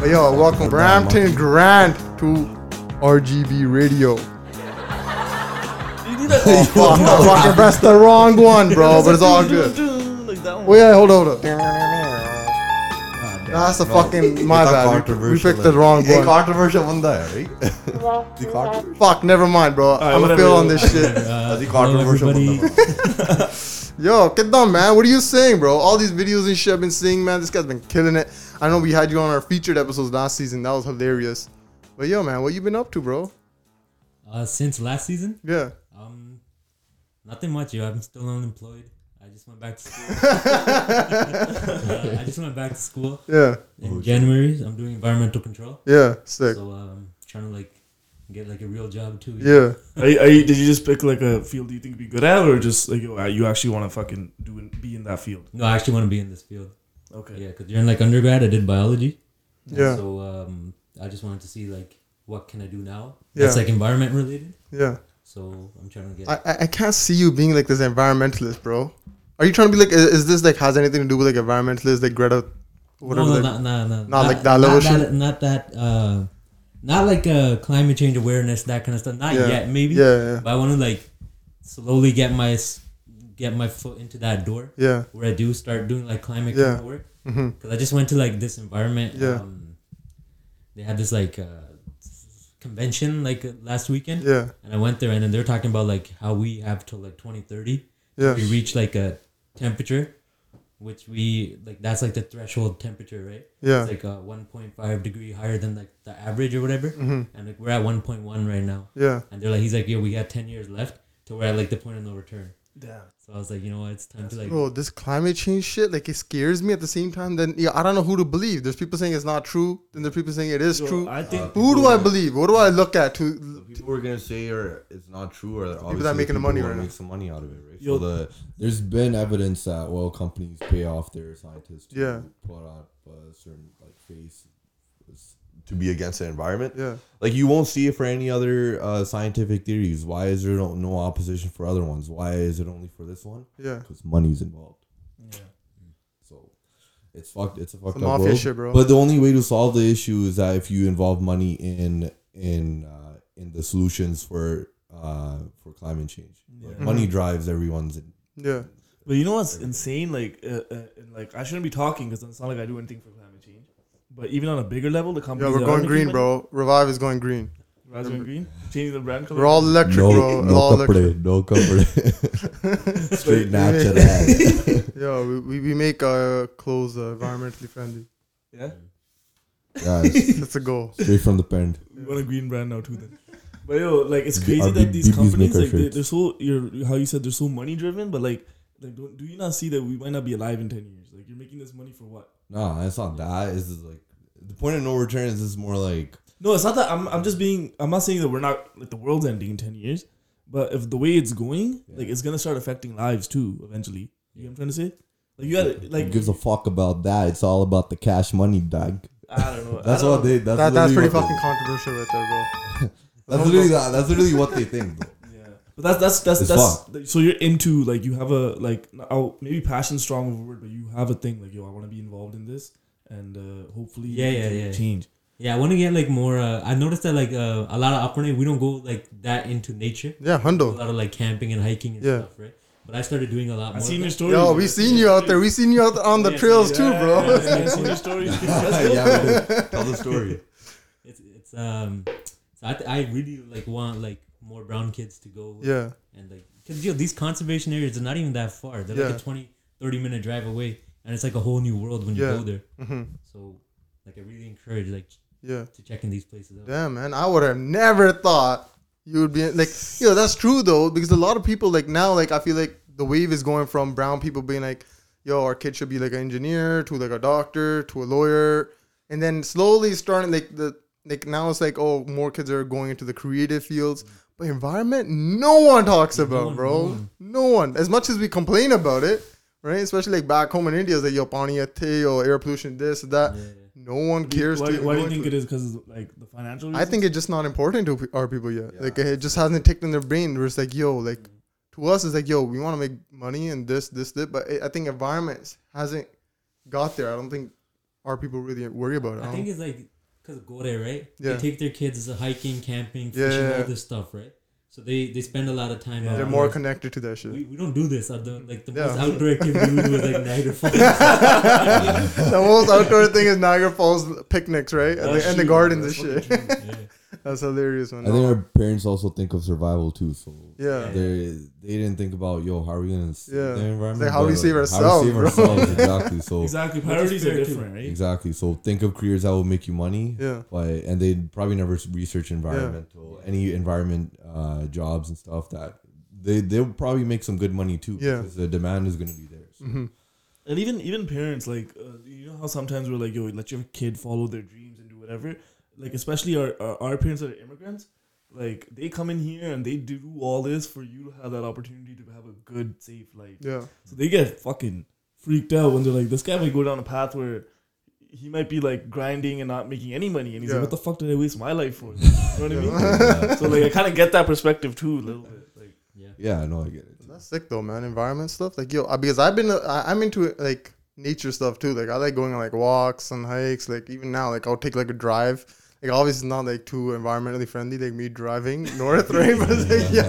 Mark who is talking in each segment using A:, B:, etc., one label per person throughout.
A: Yo, welcome Brampton Grand to RGB Radio.
B: You do that. Oh,
A: Fuck, I fucking pressed the wrong one, bro, but it's all good.
B: Like that one.
A: Wait, yeah, hold on, hold on. That's the fucking my
C: It's not
A: bad. We- We
C: controversial,
A: picked the
C: eh?
A: wrong
C: Hey,
A: one.
C: controversial banda hai, right? The contro-
A: Fuck, never mind, bro. I'ma
B: whatever.
A: feel on this shit.
D: Uh,
C: the
D: hello
C: controversial
D: everybody.
C: banda.
A: Yo, get down, man. What are you saying, bro? All these videos and shit I've been seeing, man. This guy's been killing it. I know we had you on our featured episodes last season. That was hilarious. But yo, man, what you been up to, bro?
D: Uh, since last season,
A: Yeah.
D: um, nothing much. Yo, I'm still unemployed. I just went back to school. uh, I just went back to school
A: Yeah.
D: in January. I'm doing environmental control,
A: Yeah. Oh, Sick.
D: so um, trying to like get like a real job too.
A: Yeah.
B: Are you, are you, did you just pick like a field you think you'd be good at, or just like yo, you actually want to fucking do and be in that field?
D: No, I actually want to be in this field.
B: Okay.
D: Yeah, because during like undergrad, I did biology.
A: Yeah.
D: So um, I just wanted to see like what can I do now.
A: Yeah.
D: That's like environment related.
A: Yeah.
D: So I'm trying to get.
A: I, I- I can't see you being like this environmentalist, bro. Are you trying to be like? Is, is this like has anything to do with like environmentalist, like Greta, whatever?
D: no,
A: like,
D: no, no, no, no.
A: not like that level
D: not,
A: shit?
D: That, not that. Uh, not like uh, climate change awareness, that kind of stuff. Not
A: Yeah.
D: yet, maybe.
A: Yeah, yeah.
D: But I want to like slowly get my s- get my foot into that door
A: Yeah.
D: where I do start doing like climate
A: Yeah.
D: control work.
A: Mm-hmm.
D: Because I just went to like this environment.
A: Yeah.
D: Um, they had this like uh, convention like uh, last weekend,
A: Yeah.
D: and I went there, and then they're talking about like how we have till like 2030
A: Yeah.
D: we reach like a temperature which we like that's like the threshold temperature right
A: Yeah.
D: it's like a 1.5 degree higher than like the average or whatever and like we're at 1.1 right now
A: Mm-hmm. Yeah.
D: and they're like he's like yeah we got 10 years left to we're at like the point of no return
B: Damn.
D: so i was like you know what it's time to like
A: Bro, this climate change shit, like it scares me at the same time. Then yeah, I don't know who to believe. There's people saying it's not true, then there's people saying it is
B: Yo,
A: true.
B: I think
A: Who do I believe? What do I look at?
C: The
A: To
C: people are gonna say or it's not true or obviously
A: not making
C: people
A: the money
C: wanna
A: right now.
C: make some money out of it, right?
B: Yo.
C: So the
E: There's been evidence that oil companies pay off their scientists to
A: Yeah.
E: put up a certain like face.
C: to be against the environment.
A: yeah,
C: Like you won't see it for any other uh, scientific theories. Why is there no, no opposition for other ones? Why is it only for this one?
A: yeah,
C: Because money's involved.
B: Yeah.
C: So it's fucked. It's a fucked
A: Some
C: up
A: mafia
C: world.
A: shit, bro.
C: But the only way to solve the issue is that if you involve money in in uh, in the solutions for uh, for climate change. Like,
B: Yeah.
C: Money drives everyone's.
A: yeah,
B: But you know what's insane? Like, uh, uh, and, like I shouldn't be talking because it's not like I do anything for climate change. But even on a bigger level, the
A: yeah.
B: companies
A: We're
B: that are
A: going
B: making
A: green,
B: money-
A: bro. Revive is going green.
B: Raspberry green, changing the brand color.
A: We're all electric, bro. all electric.
C: kapre, no kapre. Straight
A: Snapchat
C: Snapchat.
A: Yo, we, we, we make uh, clothes uh, environmentally friendly.
B: yeah.
C: yes,
A: That's a goal.
C: straight from the pen.
B: We want a green brand now too then. But yo, like it's
C: The-
B: crazy
C: our
B: that
C: B-
B: these
C: BBs
B: companies
C: make our
B: like they,
C: shirts.
B: they're so you're how you said they're so money driven, but like, like do, do you not see that we might not be alive in ten years? Like you're making this money for what?
C: No, it's not that. It's just like the point of no return is just more like
B: No, it's not that I'm I'm just being I'm not saying that we're not like the world's ending in ten years, but if the way it's going, like it's gonna start affecting lives too eventually. You know what I'm trying to say? Like you gotta
C: who
B: like
C: gives a fuck about that. It's all about the cash money, dog.
B: I don't know.
C: That's
B: I don't
C: what they. That's
A: That, that's pretty
C: literally what
A: fucking controversial right there, bro.
C: They, that's literally that. That's literally what they think. Though.
B: Yeah. But that's that's that's
C: It's
B: that's so you're into like you have a like oh, maybe passion's strong of a word, but you have a thing like yo, I want to be involved in this, and uh, hopefully
D: Yeah, yeah,
B: things will
D: yeah.
B: change.
D: yeah i want to get like more uh, i noticed that like uh, a lot of Aparna, we don't go like that into nature
A: Yeah,
D: a
A: Hundo.
D: lot of like camping and hiking and
A: Oh. Yeah.
D: stuff right but i started doing a lot
B: I
D: more
B: seen
D: of
B: your
D: that.
B: stories.
A: Yo, we seen you out there. We seen you out on the
D: Yeah,
A: trails
B: Yeah,
A: too,
B: yeah,
A: bro.
B: yeah, I seen your stories. That's dope.
C: yeah, we did. tell the story.
D: it's it's um so I, th- I really like want like more brown kids to go
A: Yeah,
D: and like because you know these conservation areas are not even that far they're
A: Yeah.
D: like a 20 30 minute drive away and it's like a whole new world when
A: Yeah.
D: you go there
A: hmm
D: so like i really encourage like
A: yeah.
D: to check in these places out
A: Damn, man, I would have never thought you would be like, yo, that's true though, because a lot of people like now, like I feel like the wave is going from brown people being like, yo, our kid should be like an engineer to like a doctor to a lawyer, and then slowly starting like the like now it's like oh more kids are going into the creative fields. But environment, no one talks about,
D: one,
A: bro.
D: no
A: No one.
D: one.
A: As much as we complain about it, right? Especially like back home in India, it's like yo, Paniyate, yo, air pollution, this, that.
D: Yeah.
A: No one cares.
B: Why,
A: to even
B: why do
A: go
B: you
A: into
B: think
A: it.
B: it is? Because like the financial.
A: I think it's just not important to our people yet.
C: Yeah.
A: Like it just hasn't taken in their brain. Where it's like, yo, like to us, it's like, yo, we want to make money and this, this, this. But I I think environment hasn't got there. I don't think our people really worry about it. I
D: i
A: don't-
D: think it's like because go there, right?
A: Yeah.
D: They take their kids hiking, camping,
A: Yeah,
D: fishing,
A: yeah, yeah.
D: all this stuff, right? So they they spend a lot of time.
A: They're
D: outdoors.
A: more connected to that shit.
D: We, we don't do this. At the, like the
A: Yeah.
D: most outdoor activity we do is like Niagara Falls.
A: the most outdoor thing is Niagara Falls picnics, right? And the, and the gardens and shit.
D: Yeah.
A: That's hilarious, man.
E: I think our parents also think of survival too. So
A: yeah.
E: they they didn't think about yo how are we gonna save
A: Yeah.
E: the environment?
A: Like, how we
E: but
A: save
E: How we save
A: ourselves, bro.
E: ourselves exactly. So
B: Exactly. Priorities are
D: spirit too.
B: different, right?
E: exactly. So think of careers that will make you money.
A: Yeah.
E: But and they probably never s- research environmental any environment uh, jobs and stuff that they they'll probably make some good money too.
A: Yeah.
E: Because the demand is gonna be there. So
A: hmm
B: And even even parents, like uh, you know how sometimes we're like, yo, let your kid follow their dreams and do whatever. Like especially our our, our parents that are immigrants, like they come in here and they do all this for you to have that opportunity to have a good, safe life.
A: Yeah.
B: So they get fucking freaked out when they're like, this guy might go down a path where he might be like grinding and not making any money, and he's
A: Yeah.
B: like, what the fuck did I waste my life for? You know what I mean?
E: uh,
B: so like, I kind of get that perspective too a little bit. Like,
D: Yeah.
E: yeah, no, I get it.
A: That's sick though, man. Environment stuff, like yo, I- because I've been, I, I'm into like nature stuff too. Like I like going on like walks and hikes. Like even now, like I'll take like a drive. Like obviously it's not like too environmentally friendly, like me driving north, right? But it's like, yo,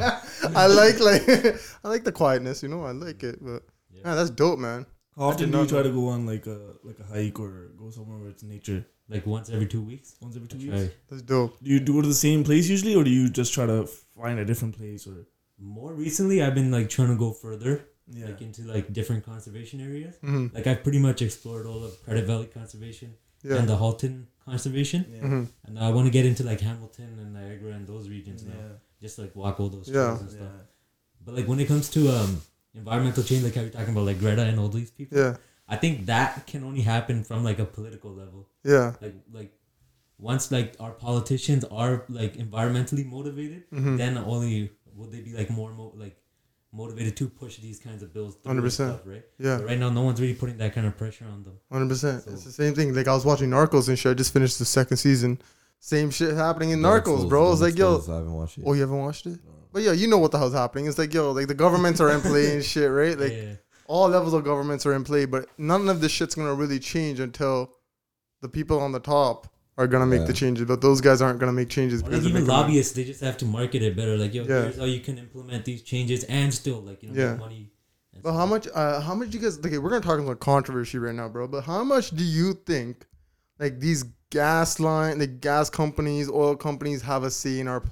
A: I like like I like the quietness, you know. I like it, but
D: Yeah.
A: man, that's dope, man.
B: how often
A: did
B: do you
A: not
B: try
A: know.
B: to go on like a like a hike or go somewhere where it's nature?
D: Like once every two weeks.
B: Once every two
D: I
B: weeks.
D: try.
A: That's dope.
B: Do you go to the same place usually, or do you just try to find a different place? Or
D: More recently, I've been like trying to go further,
B: yeah,
D: like into like different conservation areas.
A: hmm
D: Like I've pretty much explored all of Credit Valley Conservation
A: Yeah.
D: and the Halton Conservation,
B: yeah.
A: Mhm.
D: and I want to get into like Hamilton and Niagara and those regions now.
B: yeah.
D: Just like walk all those
A: Yeah.
D: trails and stuff. But like when it comes to um environmental change, like how you're talking about like Greta and all these people,
A: Yeah.
D: I think that can only happen from like a political level.
A: Yeah.
D: Like like once like our politicians are like environmentally motivated,
A: Mhm.
D: then only will they be like more mo- like motivated to push these kinds of bills. through and
A: 100%.
D: stuff, Right.
A: Yeah.
D: But right now, no one's really putting that kind of pressure on them.
A: Hundred percent.
D: So-
A: It's the same thing. Like I was watching Narcos and shit. I just finished the second season. Same shit happening in Narcos, bro. It's like yo.
E: I haven't watched it.
A: Oh, you haven't watched it? But yeah, you know what the hell's happening. It's like yo, like the governments are in play and shit, right? Like
D: yeah.
A: all levels of governments are in play, but none of this shit's gonna really change until the people on the top are gonna make
E: Yeah.
A: the changes. But those guys aren't gonna make changes
D: Or
A: because
D: like
A: they're
D: even
A: making money.
D: lobbyists, they just have to market it better. Like, yo,
A: Yeah.
D: here's how you can implement these changes and still like you know
A: Yeah.
D: make money. and
A: But
D: stuff.
A: how much? Uh, how much you guys? Okay, we're gonna talk about controversy right now, bro. But how much do you think, like these gas line, the gas companies, oil companies, have a say in our p-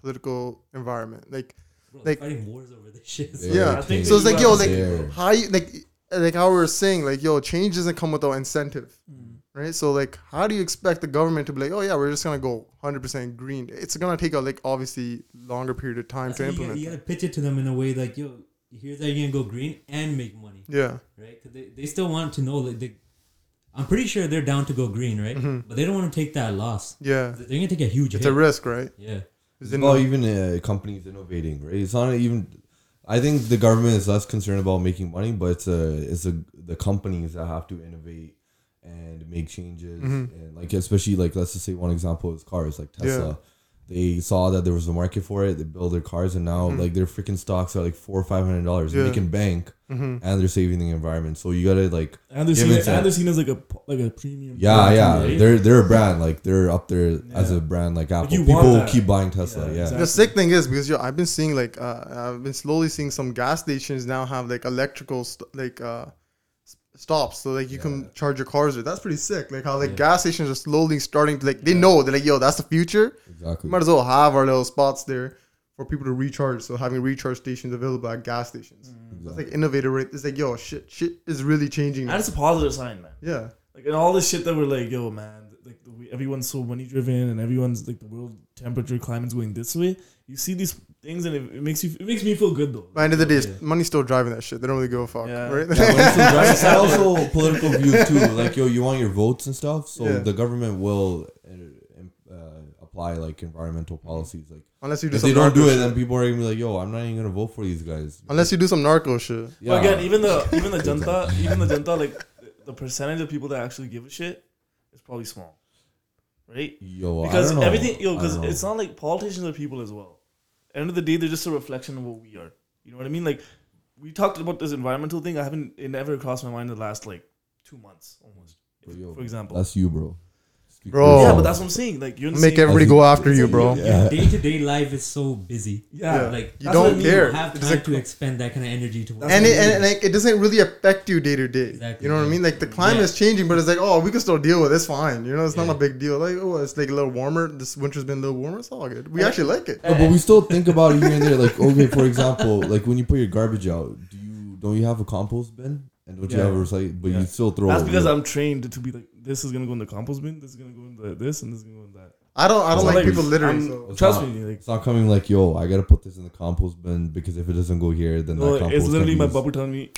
A: political environment? Like,
D: Bro,
A: like-
D: fighting wars over this shit.
E: Yeah.
A: yeah.
B: I think
A: So it's
B: that
A: like
B: you
A: yo,
B: have-
A: like
E: Yeah.
A: how you like like how we were saying, like yo, change doesn't come without incentive,
B: Mm.
A: right? So like, how do you expect the government to be like, oh yeah, we're just gonna go 100% green? It's gonna take a like obviously longer period of time
D: That's
A: to
D: what you gotta-
A: implement.
D: You
A: that.
D: gotta pitch it to them in a way like, yo, here's how you're gonna go green and make money,
A: Yeah,
D: right? Because they, they still want to know like they, I'm pretty sure they're down to go green, right? But they don't want to take that loss.
A: yeah,
D: They're gonna take a huge
A: Mm-hmm. it's
D: hit.
A: a risk, right?
D: yeah,
A: Is
E: It's
A: it
E: about
A: not-
E: even uh, companies innovating, right? It's not even. I think the government is less concerned about making money, but it's a, it's a, the companies that have to innovate and make changes,
A: Mm-hmm.
E: and like especially like let's just say one example is cars, like Tesla. They saw that there was a market for it. They build their cars, and now like their freaking stocks are like four or five hundred dollars.
A: Mm-hmm. Yeah. Mm-hmm.
E: They can bank, and they're saving the environment. So you gotta like,
B: And they're
E: Give
B: seen,
E: it to-
B: and they're seen as like a p- like a premium.
E: yeah,
B: product,
E: yeah,
B: right?
E: they're they're a brand, like they're up there as
B: Yeah.
E: a brand, like Apple.
B: you want
E: People
B: that.
E: keep buying Tesla,
B: Yeah,
E: yeah.
B: exactly.
A: The sick thing is because yo, I've been seeing like uh, I've been slowly seeing some gas stations now have like electrical st- like uh, s- stops, so like you can charge your cars with. That's pretty sick. Like how like gas stations are slowly starting to like they know they're like yo, that's the future. We
E: exactly.
A: might as well have our little spots there for people to recharge. So having recharge stations available at gas stations,
D: Mm.
A: that's like innovative. Right? It's like yo, shit, shit is really changing.
B: and
A: now.
B: it's a positive sign, man.
A: Yeah,
B: Like and all this shit that we're like, yo, man, like the way, everyone's so money driven, and everyone's like the world temperature climate's going this way. You see these things, and it, it makes you. It makes me feel good though.
A: by the end of the day,
D: Yeah.
A: money's still driving that shit. They don't really give a fuck,
B: Yeah.
A: right?
E: Yeah, but it's a- it's also political view too. Like yo, you want your votes and stuff, so
A: Yeah.
E: the government will uh, uh, apply like environmental policies. Like
A: Unless you do
E: if
A: some
E: they don't do
A: narco
E: it,
A: shit.
E: then people are gonna be like, "Yo, I'm not even gonna vote for these guys."
A: Unless you do some narco shit.
E: yeah,
B: But again, even the even the junta, even the junta, like the percentage of people that actually give a shit is probably small, right?
E: yo, I
B: Because
E: don't know.
B: everything, yo,
E: I
B: because
E: don't know.
B: it's not like politicians are people as well. end of the day, they're just a reflection of what we are. You know what I mean? Like we talked about this environmental thing. I haven't it never crossed my mind the last like two months almost.
E: But yo,
B: for example,
E: That's you, bro.
C: speak.
A: Bro.
B: yeah, but that's what I'm saying. Like you're in the
A: Make
B: same-
A: everybody go after you, bro.
C: Yeah.
D: Day to day life is so busy.
B: Yeah.
D: Like
A: You
D: that's
A: don't
D: what I mean,
A: care.
D: You have
A: It's
D: time
A: like-
D: to expend that kind of energy to work.
A: And it, and like it doesn't really affect you day to day.
D: Exactly,
A: You know what I
D: yeah.
A: mean? Like the climate
D: Yeah.
A: is changing, but it's like, oh, we can still deal with it. It's fine. You know, it's
D: Yeah.
A: not a big deal. Like, oh, it's like a little warmer. This winter's been a little warmer. It's all good. We actually like it.
C: No, but we still think about it here and there. Like, okay, for example, like when you put your garbage out, do you don't you have a compost bin and don't you
B: Yeah.
C: have a recycle? But
B: Yeah.
C: you still throw.
B: That's
C: away.
B: because I'm trained to be like, this is gonna go in the compost bin, this is gonna go in the this, and this is gonna go in that.
A: I don't. I
C: It's
A: don't like
C: like-
A: people littering.
B: I'm-
A: So.
C: It's
B: Trust
C: not-
B: me, like,
C: It's not coming like, yo, I gotta put this in the compost bin because if it doesn't go here, then
B: no,
C: that compost
B: it's
C: can
B: literally
C: be
B: my
C: used.
B: bubble telling me,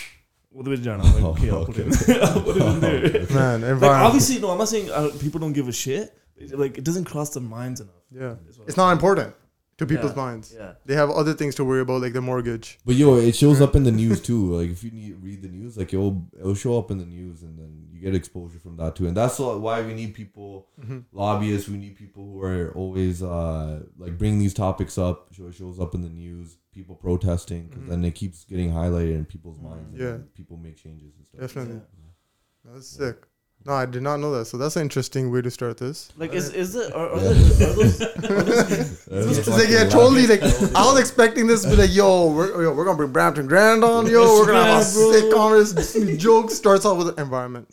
B: "What the bitch, John?" I'm like,
C: Oh,
B: okay, I'll put it.
C: okay.
B: In. I'll put it in there.
A: Man,
B: Like,
A: environment.
B: obviously, no, I'm not saying uh, people don't give a shit. It's Like, it doesn't cross their minds enough.
A: yeah,
B: is what
A: it's
B: I'm
A: not important to
B: saying.
A: people's
B: Yeah,
A: minds.
B: Yeah.
A: They have other things to worry about, like their mortgage.
C: But yo, it shows up in the news too. Like if you need, read the news, like it'll it'll show up in the news, and then you get exposure from that too. And that's wh- why we need people,
A: Mm-hmm.
C: lobbyists. We need people who are always uh like bringing these topics up. So it shows up in the news. People protesting, 'cause then it keeps getting highlighted in people's minds. and
A: Yeah.
C: people make changes and stuff.
A: Definitely. That's
C: Yeah.
A: sick. No, I did not know that. So that's an interesting way to start this.
B: Like, is is it are, are, there, are those? Are those
A: It's like yeah, totally. Like I was expecting this to be like, yo, we're yo, we're gonna bring Brampton Grand on, yo, we're gonna have a
B: Yeah, bro.
A: sick conversation. Joke starts off with environment.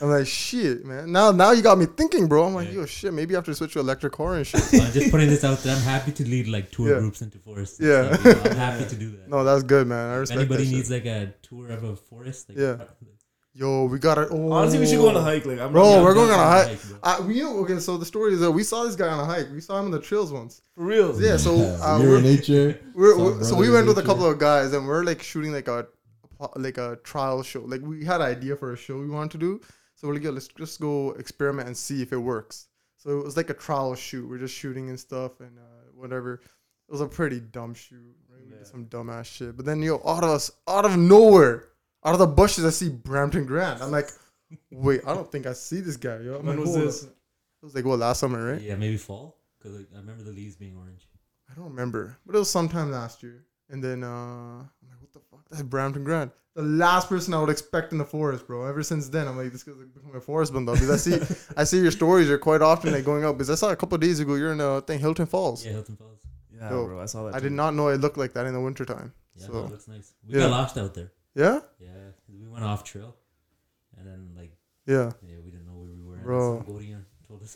A: I'm like, shit, man. Now, now you got me thinking, bro. I'm like,
D: Yeah.
A: yo, shit. Maybe I have to switch to electric car and shit.
D: I'm just putting this out there. I'm happy to lead like tour
A: Yeah.
D: groups into forests. and
A: Yeah.
D: stuff, you know, I'm happy to do that.
A: No, that's good, man. I
D: if
A: respect
D: anybody
A: that
D: needs
A: shit.
D: like a tour of a forest, like,
A: Yeah. Yo, we got it. Oh.
B: honestly, we should go on a hike. Like, I'm
A: Bro,
B: not-
A: Oh, we're going on a
D: Yeah,
A: hike.
D: bro.
A: I, we okay. So the story is that we saw this guy on a hike. We saw him on the trails once.
B: for real.
A: Yeah. So uh,
C: You're
A: we're,
C: in nature.
A: we're,
C: Some
A: we're- so we
C: brothers
A: went with a
C: nature.
A: couple of guys and we're like shooting like a like a trial show. Like we had an idea for a show we wanted to do. So we're like, yo, let's just go experiment and see if it works. So it was like a trial shoot. We're just shooting and stuff and uh, whatever. It was a pretty dumb shoot. Right? We
B: Yeah.
A: did some dumbass shit. But then yo, out of us, out of nowhere, out of the bushes, I see Brampton Grant. I'm like, wait, I don't think I see this guy. Yo, I'm
B: When
A: like,
B: was
A: hold up.
B: this?
A: It was like well last summer, right?
D: Yeah, maybe fall. Cause like, I remember the leaves being orange.
A: I don't remember, but it was sometime last year. And then uh, I'm like, what the fuck? That's Brampton Grant, the last person I would expect in the forest, bro. Ever since then, I'm like, this guy's like becoming a forest bundle because I see, I see your stories are quite often like going up. Because I saw a couple of days ago you're in uh, thing Hilton Falls.
D: Yeah, Hilton Falls.
B: Yeah,
A: Yo,
B: bro. I saw that.
A: I
B: too.
A: did not know it looked like that in the wintertime.
D: Yeah,
A: So-
D: no, it looks nice. We
A: Yeah.
D: got lost out there.
A: Yeah,
D: Yeah, 'cause we went off trail, and then like
A: yeah.
D: yeah, we didn't know where we were. and
A: Bro.
D: some Gorian told us.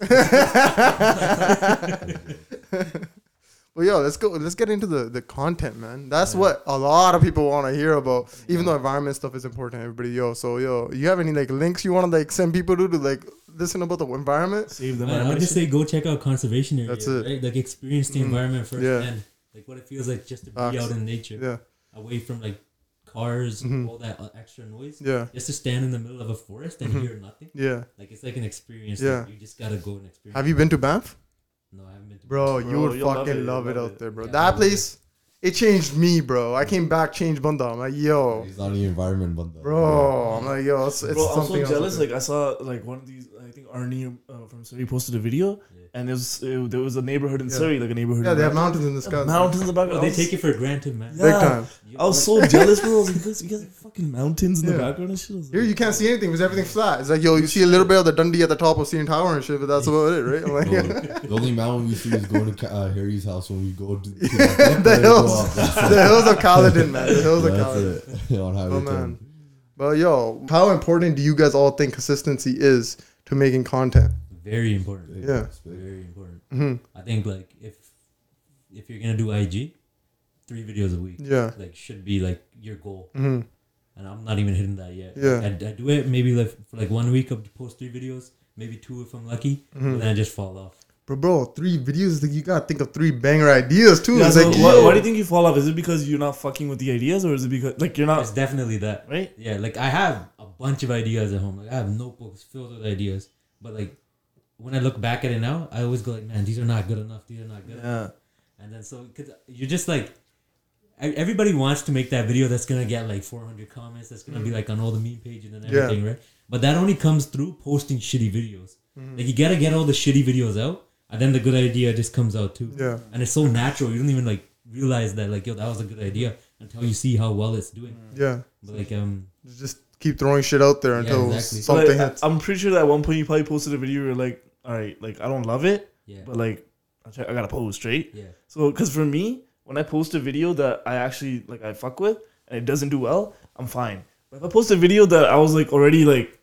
A: Well, yo, let's go. Let's get into the, the content, man. That's what a lot of people want to hear about. Even though environment stuff is important, everybody. Yo, so yo, you have any like links you want to like send people to to like listen about the environment?
B: save them.
D: I would just say go check out conservation
A: That's
D: areas.
A: it.
D: Right? Like experience the
A: Mm.
D: environment firsthand. Like what it feels like just to be
A: Facts.
D: out in nature,
A: Yeah,
D: away from like cars, and
A: Mhm.
D: all that uh, extra noise.
A: yeah,
D: Just to stand in the middle of a forest and
A: Mhm.
D: hear nothing.
A: yeah.
D: Like it's like an experience.
A: Yeah.
D: that you just gotta go and experience.
A: Have you been to Banff,
D: No, I haven't been. To
A: bro? You
B: Bro,
A: would
B: you'll love
A: fucking
B: it,
A: love,
B: you'll
A: it
B: love
A: out
B: it.
A: there, bro.
D: Yeah, I
A: that
D: love it.
A: place, it changed me, bro. I came back, changed banda. I'm like, yo,
C: It's not the environment, but the-
A: bro. I'm like, yo, it's, it's
B: bro, I'm
A: something
B: so
A: else
B: jealous.
A: out
B: Like I saw like one of these. I think Arnie uh, from Surrey posted a video,
D: Yeah.
B: and it was it, there was a neighborhood in
A: Yeah.
B: Surrey, like a neighborhood.
A: there. yeah,
B: in
A: they have
B: Brampton.
A: mountains in the sky.
B: Mountains in the
D: Oh,
B: background.
D: they
B: I was-
D: take it for granted, man.
A: big
B: Yeah.
A: time.
D: You-
B: I was so jealous, bro. I was like, you guys, you guys have fucking mountains in the
A: Yeah.
B: background and shit. I was
A: Here
B: like,
A: you can't see anything because everything's flat. It's like yo, you see a little bit of the Dundee at the top of CN Tower and shit, but that's about it, right? I'm like,
C: The only- the only mountain we see is going to Ca- uh, Harry's house when we go to, to
A: the hills, the hills of Caledon, man. The hills of
C: That's
A: Caledon.
C: it. On highway
A: Oh,
C: ten.
A: man. But yo, how important do you guys all think consistency is to making content?
D: Very important.
A: Yeah.
C: It's big.
D: Very important.
A: hmm
D: I think like if if you're gonna do IG, three videos a week
A: Yeah.
D: like should be like your goal.
A: hmm
D: And I'm not even hitting that yet.
A: Yeah.
D: I, I do it maybe like for like one week. I post three videos, maybe two if I'm lucky,
A: Hmm.
D: and then I just fall off.
A: Mm-hmm. But bro, three videos. Like you gotta think of three banger ideas too.
B: Yeah,
A: it's
B: so
A: like,
B: why,
A: yo.
B: why do you think you fall off? Is it because you're not fucking with the ideas, or is it because like you're
A: Oh.
D: It's
B: not
D: definitely that.
B: right?
D: Yeah, like I have a bunch of ideas at home. Like I have notebooks filled with ideas, but like when I look back at it now, I always go like, man, these are not good enough. These are not good. enough.
B: Yeah,
D: And then so because you're just like. e- Everybody wants to make that video that's gonna get like 400 comments. That's gonna be like on all the meme pages and
A: Mm-hmm. Yeah.
D: everything, right? But that only comes through posting shitty videos.
A: Mm-hmm.
D: Like you gotta get all the shitty videos out, and then the good idea just comes out too.
A: Yeah.
D: And it's so natural. You don't even like realize that like yo that was a good idea until you see how well it's doing.
A: Yeah.
D: But like um
A: Just keep throwing shit out there
D: Yeah,
A: until
D: exactly.
A: something
B: Like,
A: hits.
B: uh, I, am pretty sure that at one point you probably posted a video where you're like, all right, like I don't love it,
D: Yeah.
B: but like I, try, I gotta post right.
D: Yeah.
B: So, because for me, when I post a video that I actually like, I fuck with, and it doesn't do well, I'm fine. But if I post a video that I was like already like,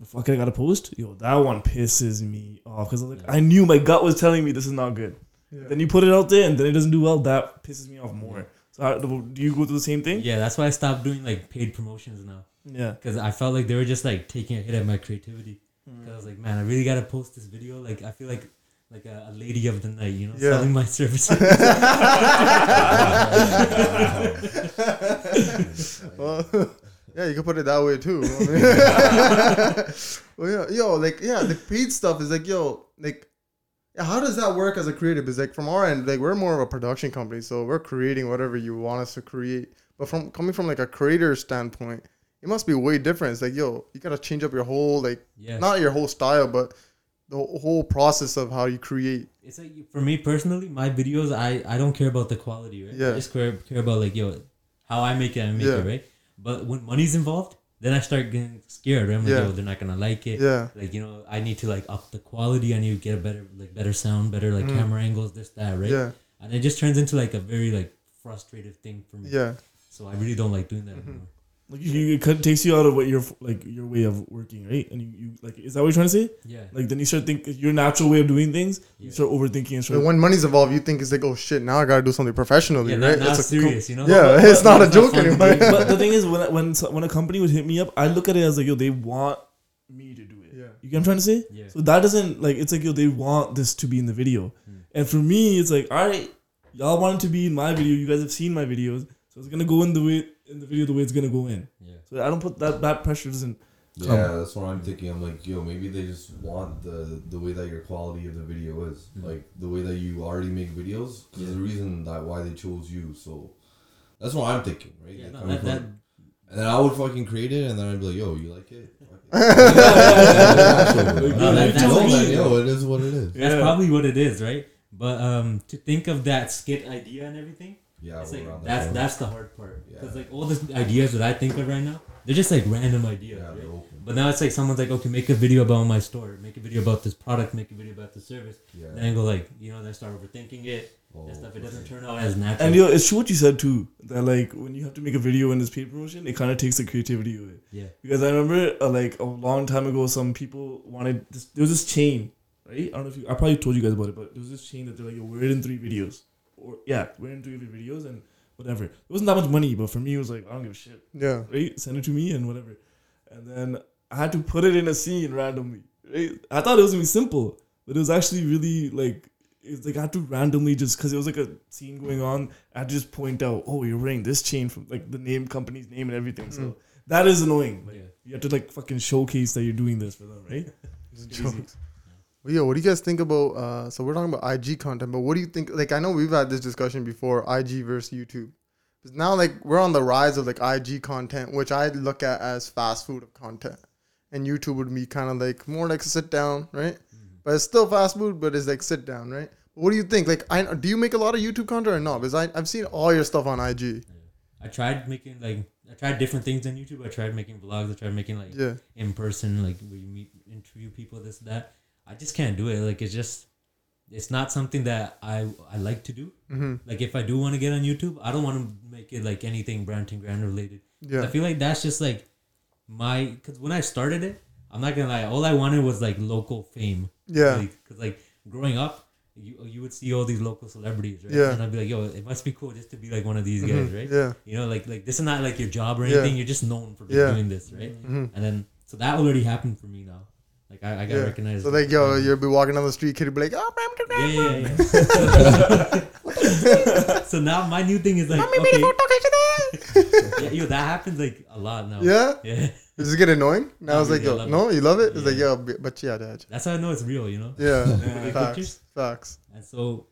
B: the fuck I gotta post, yo, that one pisses me off because like I knew my gut was telling me this is not good. Then you put it out there and then it doesn't do well. That pisses me off more. So how, do you go through the same thing?
D: Yeah, that's why I stopped doing like paid promotions now.
B: Yeah.
D: because I felt like they were just like taking a hit at my creativity. 'Cause I was like, man, I really gotta post this video. Like, I feel like like a, a lady of the night, you know,
A: Yeah.
D: selling my services.
A: Well, yeah, you can put it that way too. I mean- well, yeah, yo, like, yeah, the paid stuff is like, yo, like, yeah, how does that work as a creative? Is like from our end, like we're more of a production company, so we're creating whatever you want us to create. But from coming from like a creator standpoint, it must be way different. It's like, yo, you gotta change up your whole like,
D: yeah,
A: not your whole style, but the whole process of how you create.
D: it's like for me personally, my videos, I I don't care about the quality, right?
A: Yeah.
D: I just care, care about like yo, how I make it, I make
A: Yeah.
D: it, right? But when money's involved, then I start getting scared. Right? I'm like,
A: Yeah.
D: yo, they're not gonna like it.
A: Yeah,
D: Like you know, I need to like up the quality. I need to get a better like better sound, better like camera angles, this that, right?
A: Mm. yeah,
D: And it just turns into like a very like frustrative thing for me.
A: yeah,
D: So I really don't like doing that anymore.
B: Like you, it cut- takes you out of what your like your way of working, right? And you, you like is that what you're trying to say?
D: Yeah.
B: Like then you start think your natural way of doing things, you
D: Yeah.
B: start overthinking and
A: But
B: start.
A: when money's involved, you think it's like, oh shit, now I gotta do something professionally,
D: yeah,
A: right?
D: not, not
A: It's a cool-
D: serious, you know?
A: Yeah, it's not a
D: It's
A: joke
D: fun to
A: anymore.
D: do.
B: but the thing is, when I- when so- when a company would hit me up, I look at it as like yo, they want me to do it.
A: Yeah.
B: You get what I'm trying to say?
D: Yeah.
B: So that doesn't like it's like yo, they want this to be in the video, and for me, it's like all right, y'all want it to be in my video. You guys have seen my videos, so it's gonna go in the way in the video the way it's gonna go in.
D: Yeah.
B: So I don't put that that pressure doesn't. Come.
E: Yeah, that's what I'm thinking. I'm like, yo, maybe they just want the the way that your quality of the video is,
D: Hmm.
E: like the way that you already make videos. Because the reason that why they chose you, so that's what I'm thinking, right?
D: Yeah,
E: Like,
D: no,
E: coming
D: that,
E: from-
D: that,
E: and then I would fucking create it, and then I'd be like, yo, you like it? Fuck it.
D: No, that-
E: You
D: that's
E: know
D: me.
E: that, yo, it is what it is.
D: that's probably what it is, right? But um, to think of that skit idea and everything,
E: Yeah,
D: it's
E: we're
D: like
E: around that
D: that's
E: corner.
D: that's the hard part. Because
E: Yeah.
D: like all the ideas that I think of right now, they're just like random ideas.
E: Yeah,
D: right?
E: they're open.
D: But now it's like someone's like, okay, make a video about my store, make a video about this product, make a video about this service.
E: Yeah.
D: Then I go like, you know, then I start overthinking it.
E: Oh,
D: and stuff it doesn't turn out as natural.
B: And you know, it's true what you said too. That like when you have to make a video in this paid promotion, it kind of takes the creativity away.
D: yeah.
B: Because I remember uh, like a long time ago, some people wanted this. There was this chain, right? I don't know if you, I probably told you guys about it, but there was this chain that they're like, Yo, we're in three videos, or yeah, we're in three videos and whatever. It wasn't that much money, but for me, it was like I don't give a shit,
A: Yeah.
B: right? Send it to me and whatever. And then I had to put it in a scene randomly. Right? I thought it was gonna be simple, but it was actually really like it's like I had to randomly just because it was like a scene going on. I had to just point out, oh, you're wearing this chain from like the name company's name and everything. So that is annoying. Like,
D: Yeah.
B: You have to like fucking showcase that you're doing this for them, right?
A: Jokes. Well, Yo, what do you guys think about? Uh, so we're talking about IG content, but what do you think? Like, I know we've had this discussion before, IG versus YouTube. 'Cause now, like, we're on the rise of like IG content, which I look at as fast food of content, and YouTube would be kind of like more like sit down, right?
D: Mm-hmm.
A: But it's still fast food, but it's like sit down, right? What do you think? Like, I do you make a lot of YouTube content or not? Because I, I've seen all your stuff on IG.
D: I tried making like I tried different things on YouTube. I tried making vlogs. I tried making like
A: Yeah,
D: in person, like where you meet, interview people, this that. I just can't do it. Like it's just, it's not something that I I like to do.
A: Mm-hmm.
D: Like if I do want to get on YouTube, I don't want to make it like anything Branton Grand related. I
A: yeah,
D: feel like that's just like my because when I started it, I'm not gonna lie. All I wanted was like local fame.
A: Yeah.
D: Because like growing up, you you would see all these local celebrities, right?
A: Yeah. Mm-hmm.
D: And I'd be like, yo, it must be cool just to be like one of these guys, right?
A: yeah,
D: You know, like like this is not like your job or
A: Yeah.
D: anything. You're just known for
A: Yeah. Mm-hmm.
D: doing this, right? And then so that already happened for me now. Like I, I got
A: yeah.
D: recognized.
A: So like, yo, you'll be walking down the street, kid, will be like, oh, Brampton
D: yeah,
A: Grand,
D: yeah, yeah. so now my new thing is like,
A: mommy,
D: okay,
A: beautiful, talk to you there."
D: yeah, yo, that happens like a lot now.
A: Yeah.
D: Yeah.
A: Does it get annoying? Now
D: Not
A: it's like,
D: really, I
A: yo,
D: love
A: no, you love it? It's
D: Yeah.
A: like, yo, b- but yeah, dad.
D: That's how I know it's real, you know?
A: Yeah.
D: Like
A: Facts.
D: pictures?
A: Facts.
D: And so,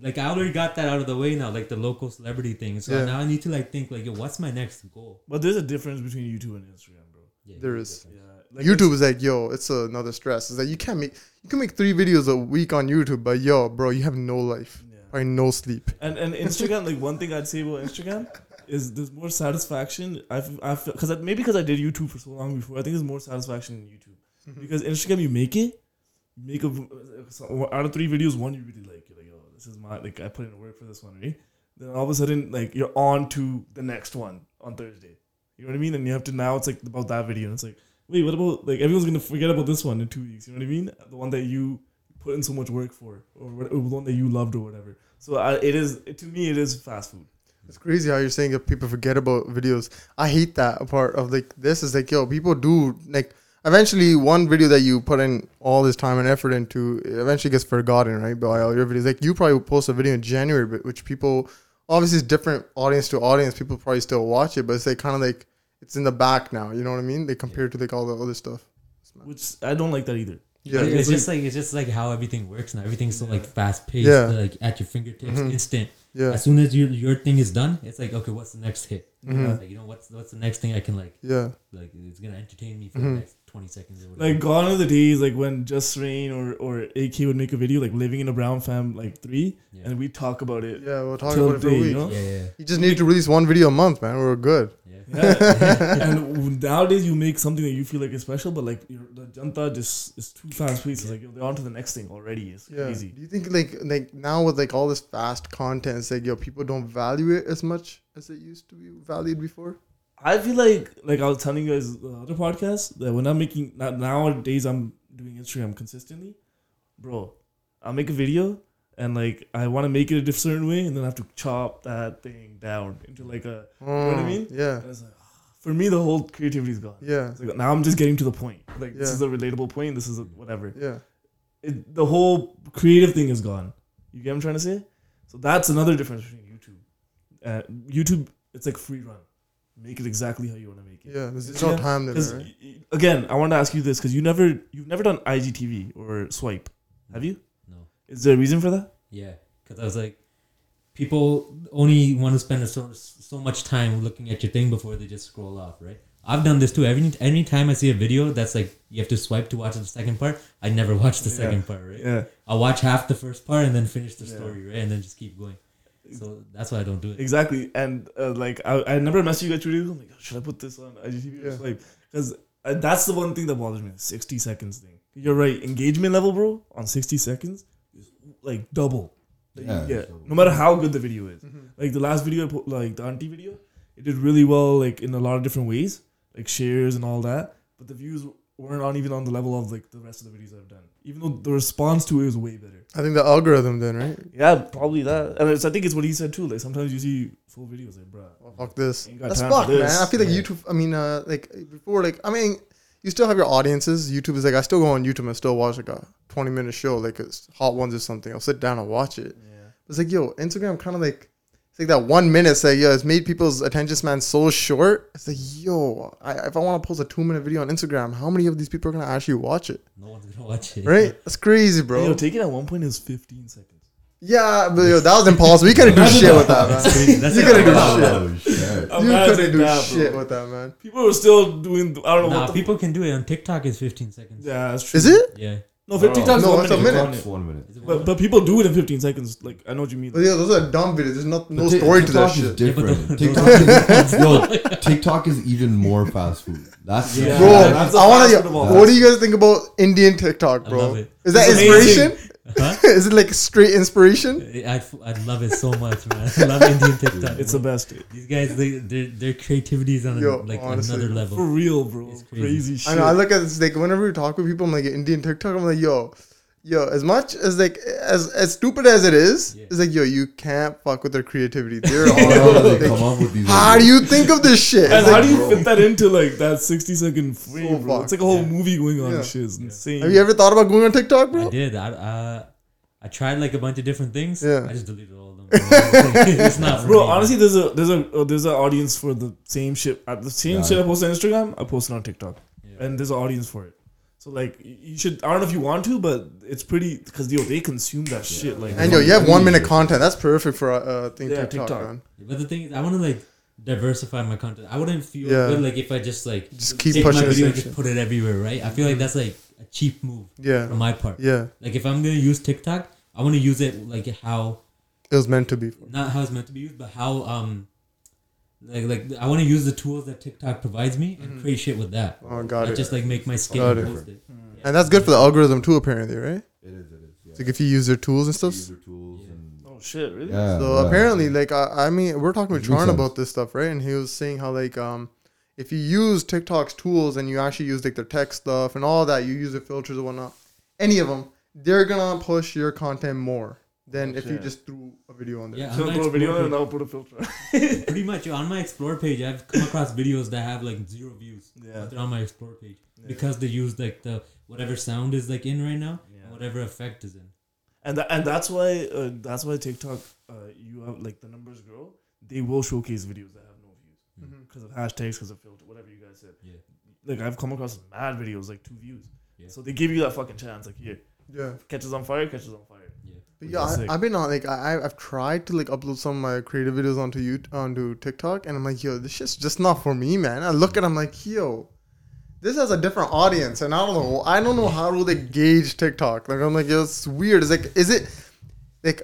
D: like, I already got that out of the way now, like the local celebrity thing. So
A: Yeah.
D: now I need to like think, like, yo, what's my next goal?
B: But there's a difference between YouTube and Instagram, bro.
D: Yeah,
A: There is.
B: Yeah. Like
A: YouTube is like, yo, it's another stress. It's like you can't make you can make three videos a week on YouTube, but yo, bro, you have no life.
B: Yeah.
A: Probably no sleep.
B: And and Instagram, like one thing I'd say about Instagram is there's more satisfaction. I've I've because maybe because I did YouTube for so long before, I think there's more satisfaction in YouTube because Instagram you make it, make a v- so out of three videos, one you really like. You're like, oh, this is my like I put in work for this one, right? Then all of a sudden, like you're on to the next one on Thursday. You know what I mean? And you have to now it's like about that video, and it's like, wait, what about like everyone's gonna forget about this one in two weeks? You know what I mean? The one that you put in so much work for, or, what, or the one that you loved, or whatever. So I, it is it, to me, it is fast food.
A: It's crazy how you're saying that people forget about videos. I hate that part of like this is like yo, people do like eventually one video that you put in all this time and effort into it eventually gets forgotten, right? By all your videos, like you probably would post a video in January, but which people obviously it's different audience to audience. People probably still watch it, but it's like kind of like it's in the back now. You know what I mean? They compare to like all the other stuff.
B: Which I don't like that either.
A: Yeah,
D: It- it's
B: It's
D: just like it's just like how everything works now. Everything's so like fast paced,
A: Yeah.
D: like at your fingertips,
A: Mhm.
D: instant.
A: yeah,
D: As soon as your your thing is done, it's like okay, what's the next hit?
B: Mm-hmm.
A: Mhm.
D: Like, you know what's what's the next thing I can like
A: yeah.
D: like it's gonna entertain me for
A: Mhm.
D: the next twenty seconds or whatever.
B: Mm-hmm. Like gone are the days like when Just Rain or or AK would make a video like living in a brown fam like three,
D: Yeah.
B: and we talk about it.
A: Yeah, we'll talk
B: Till
A: about it for a
B: day, you
A: week.
B: know?
D: yeah, yeah,
A: You just need to release one video a month, man. We're good.
D: yeah.
B: Yeah. and nowadays you make something that you feel like is special, but like your, the janta just is too fast paced. It's like yo, they're on to the next thing already. It's
A: Yeah.
B: crazy.
A: Do you think like like now with like all this fast content, it's like yo, people don't value it as much as it used to be valued before.
B: I feel like like I was telling you guys the other podcast that when I'm making now- nowadays I'm doing Instagram consistently, bro. I'll make a video and like I want to make it a diff- certain way, and then I have to chop that thing down into like a. know what I
A: Mm,
B: mean?
A: Yeah,
B: and it's like, for me, the whole creativity is gone.
A: yeah,
B: It's like, now I'm just getting to the point. Like this
A: Yeah.
B: is a relatable point. This is a whatever.
A: yeah.
B: It, the whole creative thing is gone. You get what I'm trying to say? So that's another difference between YouTube. Uh, YouTube, it's like free run. Make it exactly how you want to make it.
A: Yeah, there's, there's no
B: Yeah,
A: time limit.
B: Because
A: Right?
B: again, I want to ask you this because you never you've never done IGTV or swipe, have you?
D: No.
B: Is there a reason for that?
D: Yeah, because I was like, people only want to spend so so much time looking at your thing before they just scroll off, right? I've done this too. Every any time I see a video that's like you have to swipe to watch the second part, I never watch the
B: Yeah.
D: second part, right?
B: Yeah,
D: I watch half the first part and then finish the
B: Yeah.
D: story, right? And then just keep going. So that's why I don't do it.
B: exactly. And uh, like I, I never message you guys to do. I'm like, "Oh, should I put this on IGTV or
A: Yeah.
B: swipe? Because uh, that's the one thing that bothers me: the sixty seconds thing. You're right. Engagement level, bro, on sixty seconds is like double. that you
E: Yeah,
B: get,
E: it's double.
B: no matter how good the video is.
A: Mhm.
B: Like the last video I put, like the auntie video, it did really well, like in a lot of different ways, like shares and all that. But the views weren't on even on the level of like the rest of the videos I've done, even though the response to it was way better.
A: I think the algorithm then, right?
B: Yeah, probably that. And it's, I think it's what he said too. Like sometimes you see full videos, like bruh.
A: Oh, fuck this.
B: Ain't got
A: That's
B: time for
A: fucked, man.
B: this.
A: I feel like
B: Yeah.
A: YouTube. I mean, uh, like before, like I mean, you still have your audiences. YouTube is like I still go on YouTube and still watch like a twenty minute show, like it's Hot Ones or something. I'll sit down and watch it. It's like, yo, Instagram kind of like, it's like that one minute. It's like, yo, it's made people's attention span so short. It's like, yo, I, if I want to post a two minute video on Instagram, how many of these people are gonna actually watch it?
D: No one's gonna watch it.
A: Right? That's crazy,
B: Bro, yo,
A: bro.
B: take it at one point is fifteen seconds.
A: Yeah, but yo, that was impossible. You couldn't do shit with that, man.
D: That's
A: You
D: it.
A: couldn't do shit.
E: Oh, shit.
A: You couldn't do
B: that, bro.
A: shit with that, man.
B: People are still doing. I don't know
D: Nah,
B: what the
D: people can do it on TikTok. Is fifteen seconds. Yeah.
B: Yeah, that's true.
A: Is it?
D: yeah.
B: No, fifteen
E: No,
B: times.
A: no,
B: one
A: it's a
B: minute.
A: minute.
E: It's one minute.
D: Is it one
B: But, but people do it in fifteen seconds. Like I know what you mean.
A: But yeah, those are dumb videos. There's not no
E: But Tik-
A: story to that
E: TikTok is
A: shit.
E: different.
D: Yeah, but
E: TikTok is, yo, TikTok is even more fast food. That's
B: Yeah.
A: Bro,
B: Yeah, that's the
A: I want
B: fast
A: to.
B: football.
A: What do you guys think about Indian TikTok,
D: I
A: bro?
D: love it.
A: Is that
B: It's amazing.
A: inspiration? is it like straight inspiration?
D: I'd, I'd love it so much, man. I love Indian TikTok.
B: It's the best.
D: These guys, they, their their creativity is on
A: Yo,
D: like
A: honestly.
D: another
B: For
D: level.
B: real, bro.
D: It's
B: crazy.
D: crazy.
B: shit.
A: I know. I look at this like whenever we talk with people, I'm like Indian TikTok. I'm like, yo, yo. As much as like as as stupid as it is,
D: Yeah.
A: it's like, yo, you can't fuck with their creativity. They're all
E: How do
A: over
E: they
A: the
E: come
A: place.
E: up with these?
A: How do you think of this shit?
B: and
A: It's
B: how
A: like,
B: do you fit that into like that sixty second frame,
A: So
B: bro?
A: fucked.
B: It's like a whole movie going on.
A: Yeah.
B: And shit. It's insane.
A: have you ever thought about going on TikTok,
D: I
A: bro?
D: did. I uh, I tried like a bunch of different things.
A: Yeah.
D: I just deleted all of them. it's not for
B: Bro,
D: me, man.
B: honestly, there's a there's a uh, there's an audience for the same shit. Uh, the same shit I post on Instagram, I post it on TikTok,
D: Yeah.
B: and there's an audience for it. So like, y- you should. I don't know if you want to, but it's pretty because yo, they consume that shit. Like,
A: And yo, you have one minute content. That's perfect for uh, thing
B: Yeah,
A: TikTok,
B: TikTok.
A: man.
D: But the thing is, I want to like diversify my content. I wouldn't feel
A: Yeah.
D: good like if I just like
A: Just keep
D: take
A: pushing
D: my
A: the
D: video
A: same
D: and just
A: shit.
D: put it everywhere, right? I feel like that's like a cheap move
A: Yeah,
D: on Oh my part.
A: yeah.
D: Like if I'm gonna use TikTok, I want to use it like how
A: It was meant to be.
D: not how it's meant to be used, but how um like like I want to use the tools that TikTok provides me and
A: Mhm.
D: create shit with that.
A: Oh, got
D: Not
A: it.
D: just like make my skin
A: Got
D: and
A: it.
D: post it.
A: And that's good for the algorithm too, apparently, right?
E: It is. It is. Yeah.
A: It's like if you use their tools and stuff.
E: User tools and
B: Oh shit! Really?
E: yeah.
A: So
E: yeah.
A: apparently, like I, I mean, we're talking with
E: Makes
A: Tron
E: sense.
A: about this stuff, right? And he was saying how like um, if you use TikTok's tools and you actually use like their tech stuff and all that, you use the filters and whatnot, any of them, they're gonna push your content more than if you
B: Sure.
A: just threw a video on there.
D: Yeah, on
B: Just
D: my
B: upload a video and
D: Explore
B: I'll put a filter.
D: page- pretty much on my explore page, I've come across videos that have like zero views.
B: Yeah.
D: But they're on my explore page
B: Yeah.
D: because they use like the whatever sound is like in right now
B: Yeah.
D: and whatever effect is in.
B: and tha- and that's why uh, that's why TikTok, uh, you have like the numbers grow. They will showcase videos that have no views
A: Mhm.
B: because of hashtags, because of filter, whatever you guys said.
D: Mm-hmm. Yeah.
B: Like I've come across mad videos, like two views.
D: Yeah.
B: So they give you that fucking chance. Like here,
A: Yeah,
B: catches on fire, catches on fire.
D: Yeah.
A: but
B: Which
A: yeah.
B: is sick.
A: I, I've been on like I, I- I've tried to like upload some of my creative videos onto you onto TikTok, and I'm like, yo, this shit's just not for me, man. I look at, it, I'm like, yo. This has a different audience, and I don't know. I don't know how to like gauge TikTok. Like I'm like, yo, it's weird. It's like, is it like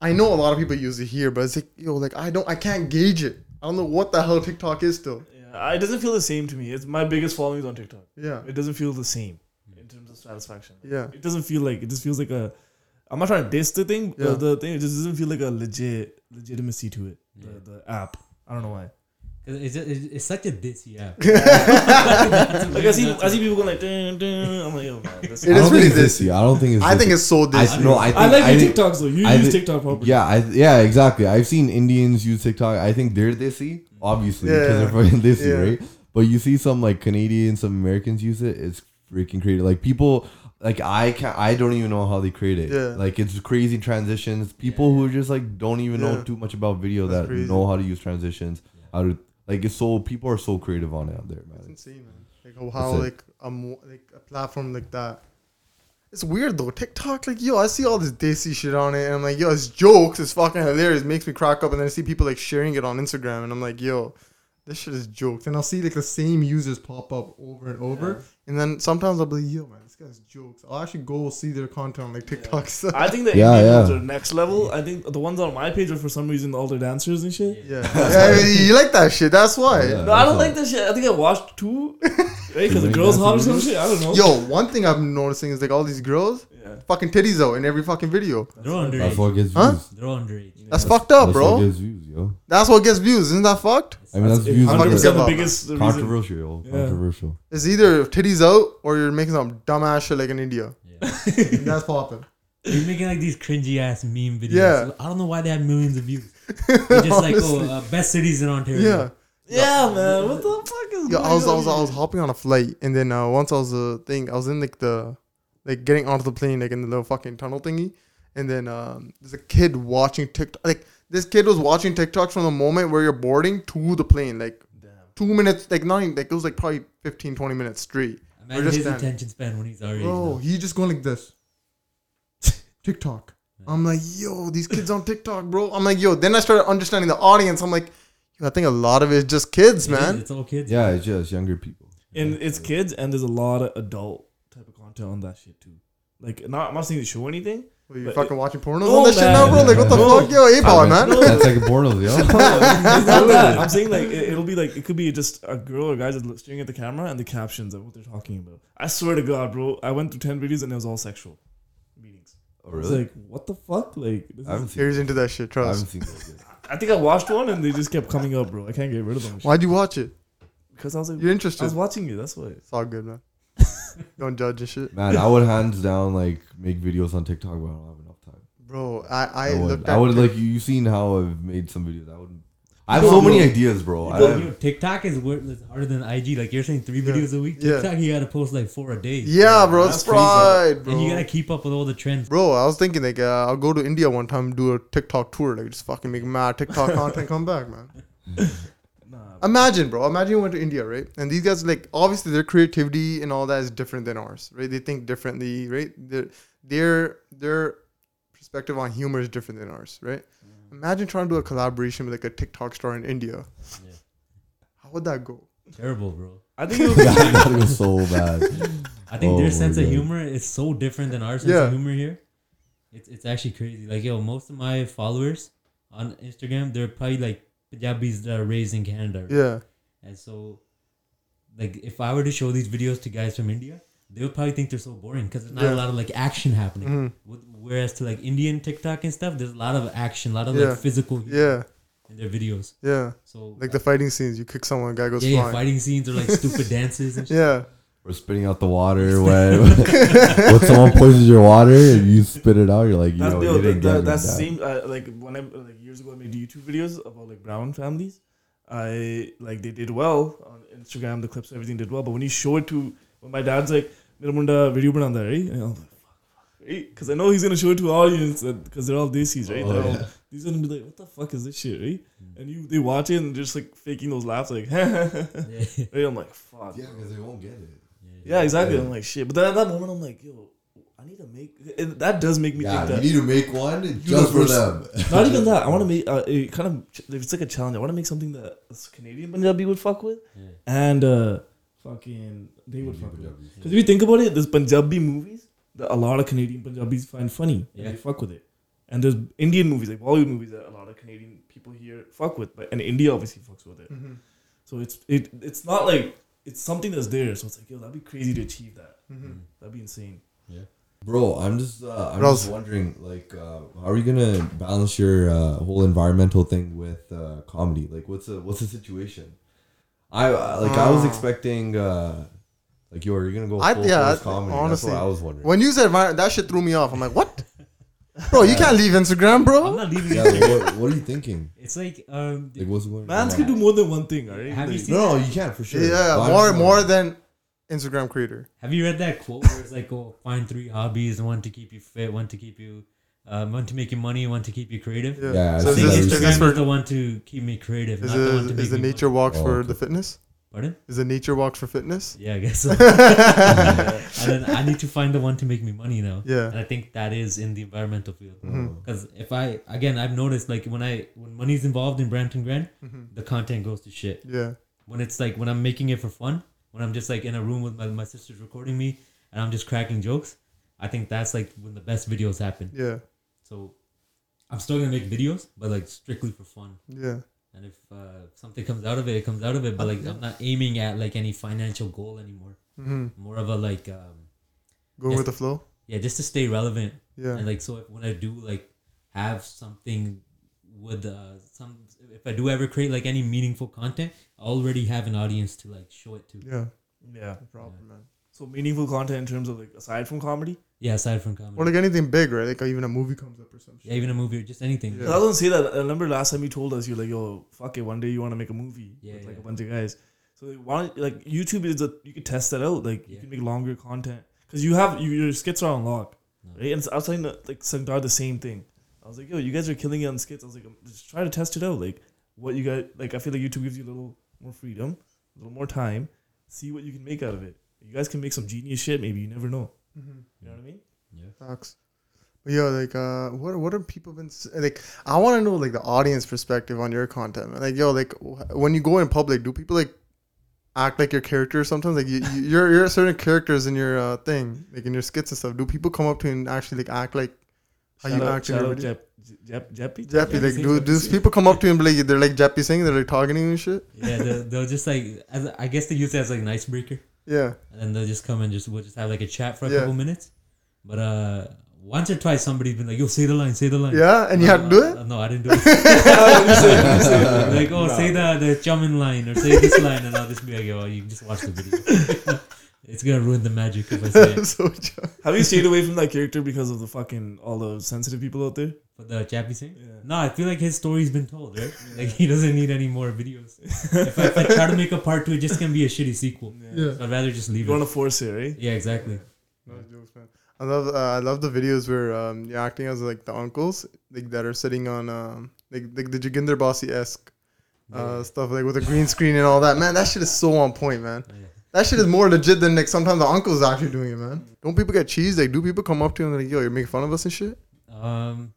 A: I know a lot of people use it here, but it's like yo, like I don't, I can't gauge it. I don't know what the hell TikTok is still.
B: Yeah, I- it doesn't feel the same to me. It's my biggest following is on TikTok.
A: Yeah,
B: It doesn't feel the same
D: Mm.
B: in terms of satisfaction.
A: yeah,
B: It doesn't feel like it just feels like a. I'm not trying to diss the thing.
A: Yeah.
B: Uh, the thing it just doesn't feel like a legit legitimacy to it.
D: Yeah.
B: The, the app. I don't know why.
D: 'Cause It's, just, it's, it's such a dissy app.
B: Like I see, I see people going like, dun, dun. I'm like, oh man, this
C: I
A: It is
C: don't think
A: really
C: it's dissy. I don't think it's.
A: I
C: dissy.
A: think it's so
C: I-
A: this.
C: no. I think
B: I like
C: I
B: your
C: think-
B: TikToks though. You
C: I
B: use
C: thi-
B: TikTok properly.
C: Yeah, I, yeah, exactly. I've seen Indians use TikTok. I think they're dissy, obviously, because
A: Yeah.
C: they're fucking dissy,
A: Yeah.
C: right? But you see some like Canadians, some Americans use it. It's freaking crazy. Like people, like I can I don't even know how they create it.
A: Yeah.
C: Like it's crazy transitions. People who just like don't even
A: Yeah.
C: know too much about video
A: That's
C: that
A: crazy.
C: know how to use transitions. How to like it's so people are so creative on it out there,
A: It's
C: man.
A: insane, man. Like how, how
C: That's it.
A: like a mo- like a platform like that. It's weird though. TikTok, like yo, I see all this desi shit on it, and I'm like, yo, it's jokes. It's fucking hilarious. makes me crack up, and then I see people like sharing it on Instagram, and I'm like, yo, this shit is jokes. And I'll see like the same users pop up over and over, and then sometimes I'll be like, yo, man, this guy's jokes. I'll actually go see their content on like TikTok. So,
B: I think the
C: Yeah,
B: Indian
C: yeah.
B: ones are next level. I think the ones on my page are for some reason all the dancers and shit.
A: yeah, Yeah, I mean, you like that shit. That's why.
C: Yeah.
B: No, I
C: That's
B: don't like this shit. I think I watched two, right? Because the
C: Like
B: girls hot or
C: dancing
B: some shit. I don't know.
A: Yo, one thing I'm noticing is like all these girls,
B: Yeah.
A: fucking titties out in every fucking video.
D: They're
C: That's
D: underage.
C: what gets
A: Huh?
C: views.
D: They're underage.
A: That's fucked up,
C: That's
A: bro.
C: what gets views, yo.
A: That's what gets views. Isn't that fucked?
C: I mean, that's,
B: It's
C: views.
B: 100% the
A: Give up.
B: biggest reason.
C: Controversial, yo.
B: Yeah.
C: controversial.
A: It's either titties out or you're making some dumbass shit like in India.
D: Yeah.
A: That's popping.
D: You're making like these cringy ass meme videos.
A: Yeah.
D: I don't know why they have millions of views. They're just like, oh, uh, best cities in Ontario.
A: Yeah.
B: Yeah, man. What the fuck is
A: Yeah,
B: going
A: I was, I
B: on
A: was I was
B: here?
A: hopping on a flight and then uh, once I was uh, thing I was in like the like getting onto the plane like in the little fucking tunnel thingy and then um, there's a kid watching TikTok like this kid was watching TikToks from the moment where you're boarding to the plane like two minutes like not even, like it was like probably 15 20 minutes straight
D: Imagine
A: We're just Oh,
D: his
A: done.
D: attention span when he's already.
A: Bro, he just going like this. TikTok. I'm like, yo, these kids on TikTok, bro. I'm like, yo. Then I started understanding the audience. I'm like, yo, I think a lot of it's just kids, man.
D: It's all kids.
C: Yeah, it's just younger people.
B: And it's kids, and there's a lot of adult type of content on that shit too. Like, not, I'm not saying to show anything.
A: What, you
B: But
A: fucking watching pornos
B: No,
A: on that shit now, bro?
B: man.
A: Like, what the
B: No.
A: fuck, yo? Hey, boy, man.
C: That's like a pornos, yo.
B: It's not that. I'm saying like it, will be like it could be just a girl or guy just look- staring at the camera and the captions of what they're talking about. I swear to God, bro, I went through ten videos and it was all sexual meetings.
C: Oh,
B: It's
C: really?
B: like what the fuck? Like this
C: I haven't
B: is,
C: seen.
A: Here's into that shit.
C: I haven't
A: Trust.
C: seen those yet.
B: I think I watched one and they just kept coming up, bro. I can't get rid of them
A: Why'd you watch it?
B: because I was like,
A: You're
B: I was
A: interested.
B: watching it. That's why.
A: It's all good, man. Don't judge this shit,
C: Man, I would hands down like make videos on TikTok, but I don't have enough time.
A: bro. I I,
C: I, would.
A: looked.
C: I
A: at
C: would like you. You seen how I've made some videos? I would. I have
B: No,
C: so many
B: bro.
C: ideas, bro. I
D: Bro,
C: have-
D: you know, TikTok is wor- is harder than IG. Like you're saying, three
A: Yeah.
D: videos a week.
A: Yeah.
D: TikTok, you gotta post like four a day.
A: Yeah, bro. It's
B: That's crazy.
A: fried, bro.
D: And you gotta keep up with all the trends.
A: Bro, I was thinking like uh, I'll go to India one time, do a TikTok tour, like just fucking make mad TikTok content, come back, man.
B: Nah,
A: Imagine, bro. Imagine you went to India, right? And these guys, like, obviously their creativity and all that is different than ours, right? They think differently, right? Their their their perspective on humor is different than ours, right? Imagine trying to do a collaboration with like a TikTok star in India.
D: Yeah.
A: How would that go?
D: Terrible, bro.
B: I think it was,
C: yeah, I gotta go so bad.
D: I think
C: Oh
D: their
C: my
D: sense of
C: God.
D: humor is so different than our sense
A: Yeah.
D: of humor here. It's it's actually crazy. Like yo, most of my followers on Instagram, they're probably like Punjabis that are raised in Canada. right?
A: Yeah.
D: And so, like, if I were to show these videos to guys from India, they would probably think they're so boring because there's not
A: Yeah.
D: a lot of like action happening.
A: Mhm.
D: Wh- Whereas to like Indian TikTok and stuff, there's a lot of action, a lot of
A: Yeah.
D: like physical humor
A: Yeah.
D: in their videos.
A: Yeah.
D: So
A: Like the fighting scenes, you kick someone, guy goes
D: yeah, yeah,
A: flying.
D: fighting scenes or like stupid dances and shit.
A: Yeah.
E: Or spitting out the water when, when someone poisons your water and you spit it out, you're like, you
B: That's,
E: know,
B: the,
E: you
B: that,
E: didn't
B: that-
E: get
B: that's
E: that.
B: same uh, like when I like years ago I made YouTube videos about like brown families. I like they did well on Instagram. The clips, everything did well. But when you show it to when my dad's like, "Mera munda video bananda hai," right?" And I was like, "Fuck, fuck," right? Because I know he's gonna show it to audience because they're all Desis, right?
E: Oh,
B: They're all-
E: yeah. Mm.
B: He's gonna be like, "What the fuck is this shit?" Right? And you they watch it and just like faking those laughs, like, right?
D: Yeah.
B: I'm like, "Fuck."
E: Yeah, because they won't get it.
B: Yeah, exactly.
E: Yeah.
B: I'm like, "Shit," but then at that moment, I'm like, "Yo, I need to make." It, that does make me
E: Yeah,
B: think that.
E: you need to make one just for them.
B: Not even that. I want to make uh, a kind of. ch- It's like a challenge. I want to make something that a Canadian Punjabi would fuck with,
D: Yeah.
B: and uh, fucking they would fuck with. Because if you think about it, there's Punjabi movies that a lot of Canadian Punjabis find funny. Yeah,
D: Yeah.
B: they fuck with it. And there's Indian movies, like Bollywood movies, that a lot of Canadian people here fuck with, but and India obviously fucks with it.
A: Mhm.
B: So it's it it's not like it's something that's there. So it's like yo, that'd be crazy to achieve that.
A: Mhm.
B: That'd be insane.
E: Bro, I'm just uh, I'm
A: Ross.
E: just wondering, like, uh, how are you gonna balance your uh, whole environmental thing with uh, comedy? Like, what's the what's the situation? I uh, like I was
A: Ah.
E: expecting, uh, like, yo, are you gonna go
A: I-
E: full
A: yeah,
E: force
A: I-
E: comedy?
A: honestly.
E: That's what I was wondering.
A: When you said vi- that shit threw me off. I'm like, what? Bro, you can't leave Instagram,
D: I'm
A: bro.
D: not leaving.
E: yeah,
D: it.
E: like, what, what are you thinking?
D: It's like um,
E: Like, what's going?
B: Mans
E: on?
B: could do more than one thing, alright?
D: have you seen?
E: No, no, you can't for sure.
A: Yeah,
E: But I'm
A: more
E: just
A: more
E: wondering.
A: than Instagram creator.
D: Have you read that quote where it's like, "Oh, find three hobbies: one to keep you fit, one to keep you, um, one to make you money, one to keep you creative."
A: Yeah.
E: Yeah,
A: so
E: I
A: is
E: think
A: this,
E: that
A: is this
E: is-
D: Instagram
A: for
D: is the one to keep me creative,
A: is,
D: not the one to
A: it,
D: make
A: is the
D: me
A: nature walks
E: Oh,
A: for
E: okay.
A: the fitness?
D: Money. Pardon?
A: Is the nature walks for fitness?
D: Yeah, I guess. So. and then I need to find the one to make me money now.
A: Yeah.
D: And I think that is in the environmental field.
E: Oh,
A: Mhm.
D: Because if I again, I've noticed like when I when money's involved in Brampton Grand,
A: Mhm.
D: the content goes to shit.
A: Yeah.
D: When it's like when I'm making it for fun, when I'm just like in a room with my my sisters recording me, and I'm just cracking jokes, I think that's like when the best videos happen.
A: Yeah.
D: So I'm still gonna make videos, but like strictly for fun.
A: Yeah.
D: And if uh, something comes out of it, it comes out of it. But like I'm not aiming at like any financial goal anymore.
A: hmm
D: More of a like um,
A: Going
D: Yes.
A: with the flow.
D: yeah, just to stay relevant.
A: Yeah.
D: And like so, if, when I do like have something with uh, some, if I do ever create like any meaningful content, I already have an audience to like show it to. Yeah,
A: Yeah.
B: Yeah.
D: problem,
A: man.
B: So meaningful content in terms of like aside from comedy.
D: aside from
A: Or
D: comedy,
A: like anything big, right? Like even a movie comes up or some shit.
D: yeah, even a movie or just anything.
A: Yeah.
B: I don't say that. I remember last time you told us you're like, "Yo, fuck it, one day you want to make a movie
D: Yeah,
B: with like
D: yeah.
B: a bunch of guys." So like, why don't, like YouTube is a you could test that out. Like you
D: Yeah.
B: can make longer content because you have you, your skits are unlocked,
D: No.
B: right? And so I was telling like Sangdar the same thing. I was like, "Yo, you guys are killing it on skits." I was like, um, "Just try to test it out. Like what you guys like." I feel like YouTube gives you a little more freedom, a little more time. See what you can make out of it. You guys can make some genius shit. Maybe you never know.
A: Mm-hmm.
B: You know what I mean?
A: Facts. But yo, like, uh, what what have people been s- like? I want to know like the audience perspective on your content. man. Like, yo, like wh- when you go in public, do people like act like your character sometimes? Like, you, you- you're you're certain characters in your uh, thing, like in your skits and stuff. Do people come up to you and actually like act like how
B: Shout
A: you
B: out-
A: act in
B: shout
A: your
B: out
A: video?
B: Jep, Jep, Jeppy.
A: Jappy,
B: Jeppy
A: like,
B: Singh,
A: do,
B: Jeppy
A: do
B: Singh.
A: people come up to you and be like they're like Jappy Singh, they're like targeting you and shit?
D: yeah they'll, they'll just like as, I guess they use it as like an icebreaker,
A: Yeah,
D: and then they'll just come and just we'll just have like a chat for a
A: Yeah.
D: couple minutes. But uh, once or twice somebody's been like, "Yo, say the line, say the line."
A: yeah, and you
D: No,
A: had to do
D: uh,
A: it.
D: No, I didn't do it. like, oh, say the the chumin line or say this line, and I'll just be like, oh, you just watch the video. it's gonna ruin the magic if I say it.
A: so Jap-
B: Have you stayed away from that character because of the fucking all the sensitive people out there?
D: But the Chappie thing.
B: Yeah.
D: No, I feel like his story's been told, right? Like he doesn't need any more videos. if, I, if I try to make a part two, it just gonna be a shitty sequel.
A: yeah.
D: So I'd rather just leave
B: You want
D: it.
B: to force it, right?
D: Yeah, exactly.
A: Nice jokes, man. I love uh, I love the videos where um, you're acting as like the uncles like that are sitting on um, like like the Joginder Bossy esque uh, stuff like with a green screen and all that. Man, that shit is so on point, man.
D: Yeah.
A: That shit is more legit than like sometimes the uncles actually doing it, man. Don't people get cheese? Like, do people come up to you and like, yo, you're making fun of us and shit?
D: Um,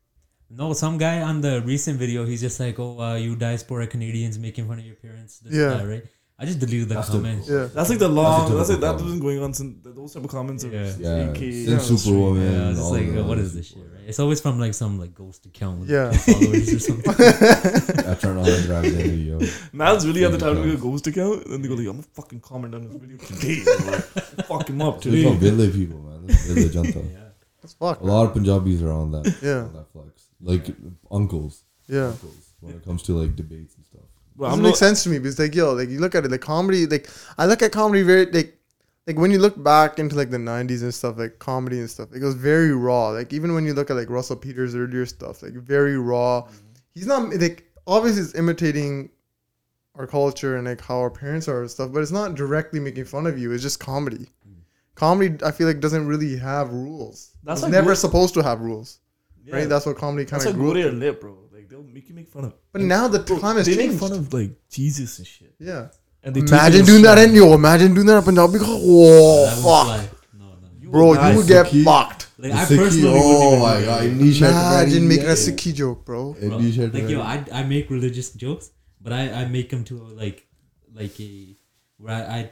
D: no, some guy on the recent video, he's just like, "Oh, uh, you diaspora Canadians making fun of your parents." This and
A: Yeah.
D: that, right. I just deleted the
E: That's the-
D: comments.
A: Yeah.
B: That's like the long.
E: a
B: That's like
E: typical
B: that's been going on since those type of comments. Are,
D: Yeah.
E: Yeah,
B: AK,
E: since
B: yeah.
E: Superwoman.
D: Yeah, it's
E: all
D: just like
E: the-
D: what is this shit? Right? It's always from like some like ghost account with
A: Yeah.
D: yeah. followers or something.
E: I turn on and drive the video.
B: Mal's really at the
E: Yeah,
B: time to make a
E: yeah.
B: ghost account, and they go like, "I'm gonna fucking comment on this video today, bro. fuck him up
E: There's no
B: today."
E: Vidle people, man. That's Vidle
D: yeah.
E: Janta.
A: That's fuck.
E: A lot of Punjabis are on that.
A: Yeah.
E: On that flex. Like uncles.
A: Yeah.
E: Uncles. When it comes to like debates and stuff.
B: But
A: doesn't
B: I'm
A: make
B: not.
A: sense to me because like yo, like you look at it, like comedy, like I look at comedy very like like when you look back into like the '90s and stuff, like comedy and stuff, it was very raw. Like even when you look at like Russell Peters earlier stuff, like very raw.
B: Mm-hmm.
A: He's not like obviously it's imitating our culture and like how our parents are and stuff, but it's not directly making fun of you. It's just comedy.
B: Mm.
A: Comedy, I feel like doesn't really have rules.
B: That's
A: it's
B: like
A: never
B: what-
A: supposed to have rules,
B: Yeah,
A: right? That's what comedy kind
B: that's
A: of
B: like
A: grew.
B: go to your lip, bro. Like they'll make you make fun of.
A: but now the
B: Bro,
A: time has
B: they
A: changed.
B: make fun of like Jesus and shit.
A: yeah.
B: And they take it
A: Imagine
B: as
A: doing that
B: fun.
A: in yo. Imagine doing that in Punjabi. Oh
D: That was
A: fuck,
D: like- no, no. You,
A: bro,
B: Nah,
A: you would
B: it's
A: get
E: okay.
A: fucked.
D: like
E: The
D: I
E: Sikhi-
D: personally
E: oh
D: wouldn't
E: my
D: even-
E: god, Indonesia.
A: Imagine making a siki joke, bro.
D: Bro,
E: Indonesia.
D: like yo, I, I make religious jokes, but I, I make them to uh, like like a where I, I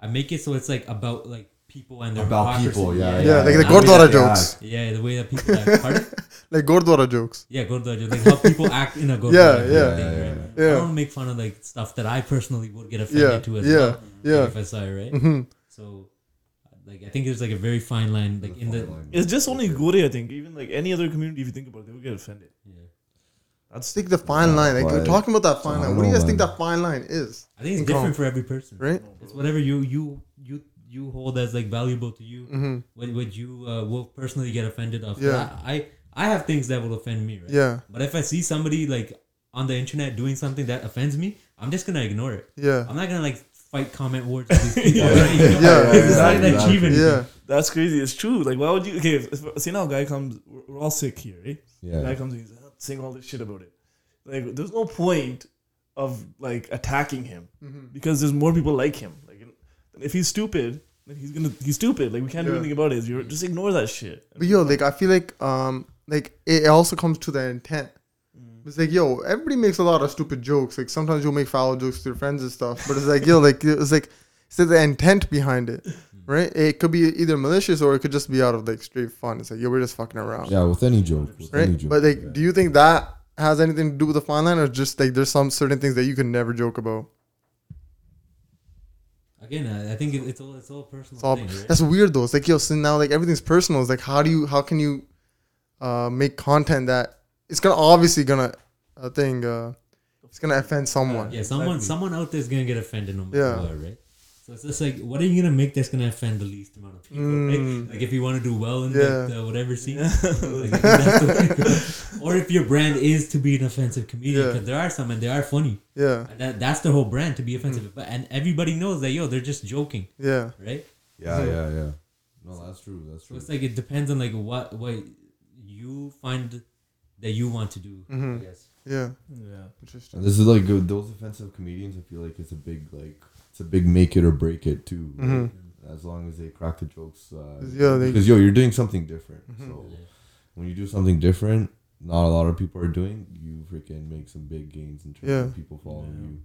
D: I make it so it's like about like people and their
E: About
D: hypocrisy.
E: people, yeah,
A: Yeah, like the
D: I mean,
A: Gurdwara
E: yeah.
A: jokes.
D: Yeah, the way that people like, pardon?
A: Like Gurdwara jokes.
D: yeah, Gurdwara, like how people act in a Gurdwara.
A: Yeah,
D: kind of
A: yeah.
D: thing,
E: Yeah,
D: right?
A: yeah.
D: I don't make fun of like stuff that I personally would get offended
A: Yeah,
D: to as
A: yeah,
D: well.
A: yeah.
D: If I saw it, right?
A: Mhm.
D: So, like I think there's like a very fine line, like in the
B: It's just only Gore, I think. Even like any other community, if you think about it, they would get offended.
D: yeah.
B: That's
A: It's like the fine line. Like we're
E: Right.
A: talking about that fine
E: I
A: line.
E: don't
A: What do you
E: know,
A: guys think
E: man.
A: that fine line is?
D: I think it's
A: in comedy,
D: different for every person.
A: right?
D: It's whatever you you you you hold as like valuable to you.
A: Mhm.
D: What what you uh, will personally get offended of.
A: Yeah.
D: I, I I have things that will offend me. Right?
A: Yeah,
D: But if I see somebody like on the internet doing something that offends me, I'm just gonna ignore it.
A: yeah,
D: I'm not gonna like fight comment wars with these
B: Yeah.
D: people. right? You know?
A: Yeah, yeah,
D: It's not
E: yeah,
D: gonna achieve anything.
A: yeah,
B: that's crazy. It's true. Like, why would you? Okay, if, if, see now, a guy comes. We're, we're all sick here, right? Guy
E: Yeah.
B: comes and he's uh, saying all this shit about it. Like, there's no point of like attacking him
A: Mm-hmm.
B: because there's more people like him. Like, if he's stupid, then he's gonna he's stupid. Like, we can't do
A: Yeah.
B: anything about it. You're, just ignore that shit.
A: But yo, like I feel like um, like it also comes to the intent. It's like yo, everybody makes a lot of stupid jokes. Like sometimes you'll make foul jokes to your friends and stuff. But it's like yo, like it's like it's like the intent behind it, right? It could be either malicious or it could just be out of like straight fun. It's like yo, we're just fucking around,
E: Yeah, with any joke. With any
A: right?
E: joke.
A: But like,
E: yeah.
A: do you think that has anything to do with the fine line, or just like there's some certain things that you can never joke about?
D: Again, I, I think it, it's all it's all personal.
A: It's all,
D: thing, right?
A: that's weird though. It's like yo, so now like everything's personal. It's like how do you how can you uh, make content that it's gonna obviously gonna a thing uh, it's gonna offend someone.
D: Yeah, someone someone out there is gonna get offended no matter
A: Yeah.
D: what, right? So it's just like, what are you gonna make that's gonna offend the least amount of people?
A: Mm.
D: Right? Like if you want to do well in
A: Yeah.
D: the, the whatever scene, like, that's the way to go. or if your brand is to be an offensive comedian,
A: Yeah.
D: because there are some and they are funny.
A: Yeah,
D: And That that's their whole brand to be offensive,
A: Mm.
D: but and everybody knows that yo, they're just joking,
A: yeah,
D: right?
E: yeah, yeah, yeah. No, that's true. That's
D: So
E: true.
D: it's like it depends on like what what you find that you want to do.
A: Mm-hmm.
D: I guess.
A: yeah.
B: Yeah.
A: Interesting.
E: And this is like good- those offensive comedians. I feel like it's a big like it's a big make it or break it too. right?
A: Mhm.
D: Mm-hmm.
E: As long as they crack the jokes, uh,
A: Yeah, they-
E: because yo, you're doing something different.
A: Mhm.
E: So when you do something different, not a lot of people are doing. You freaking make some big gains in terms
A: Yeah.
E: of people following you.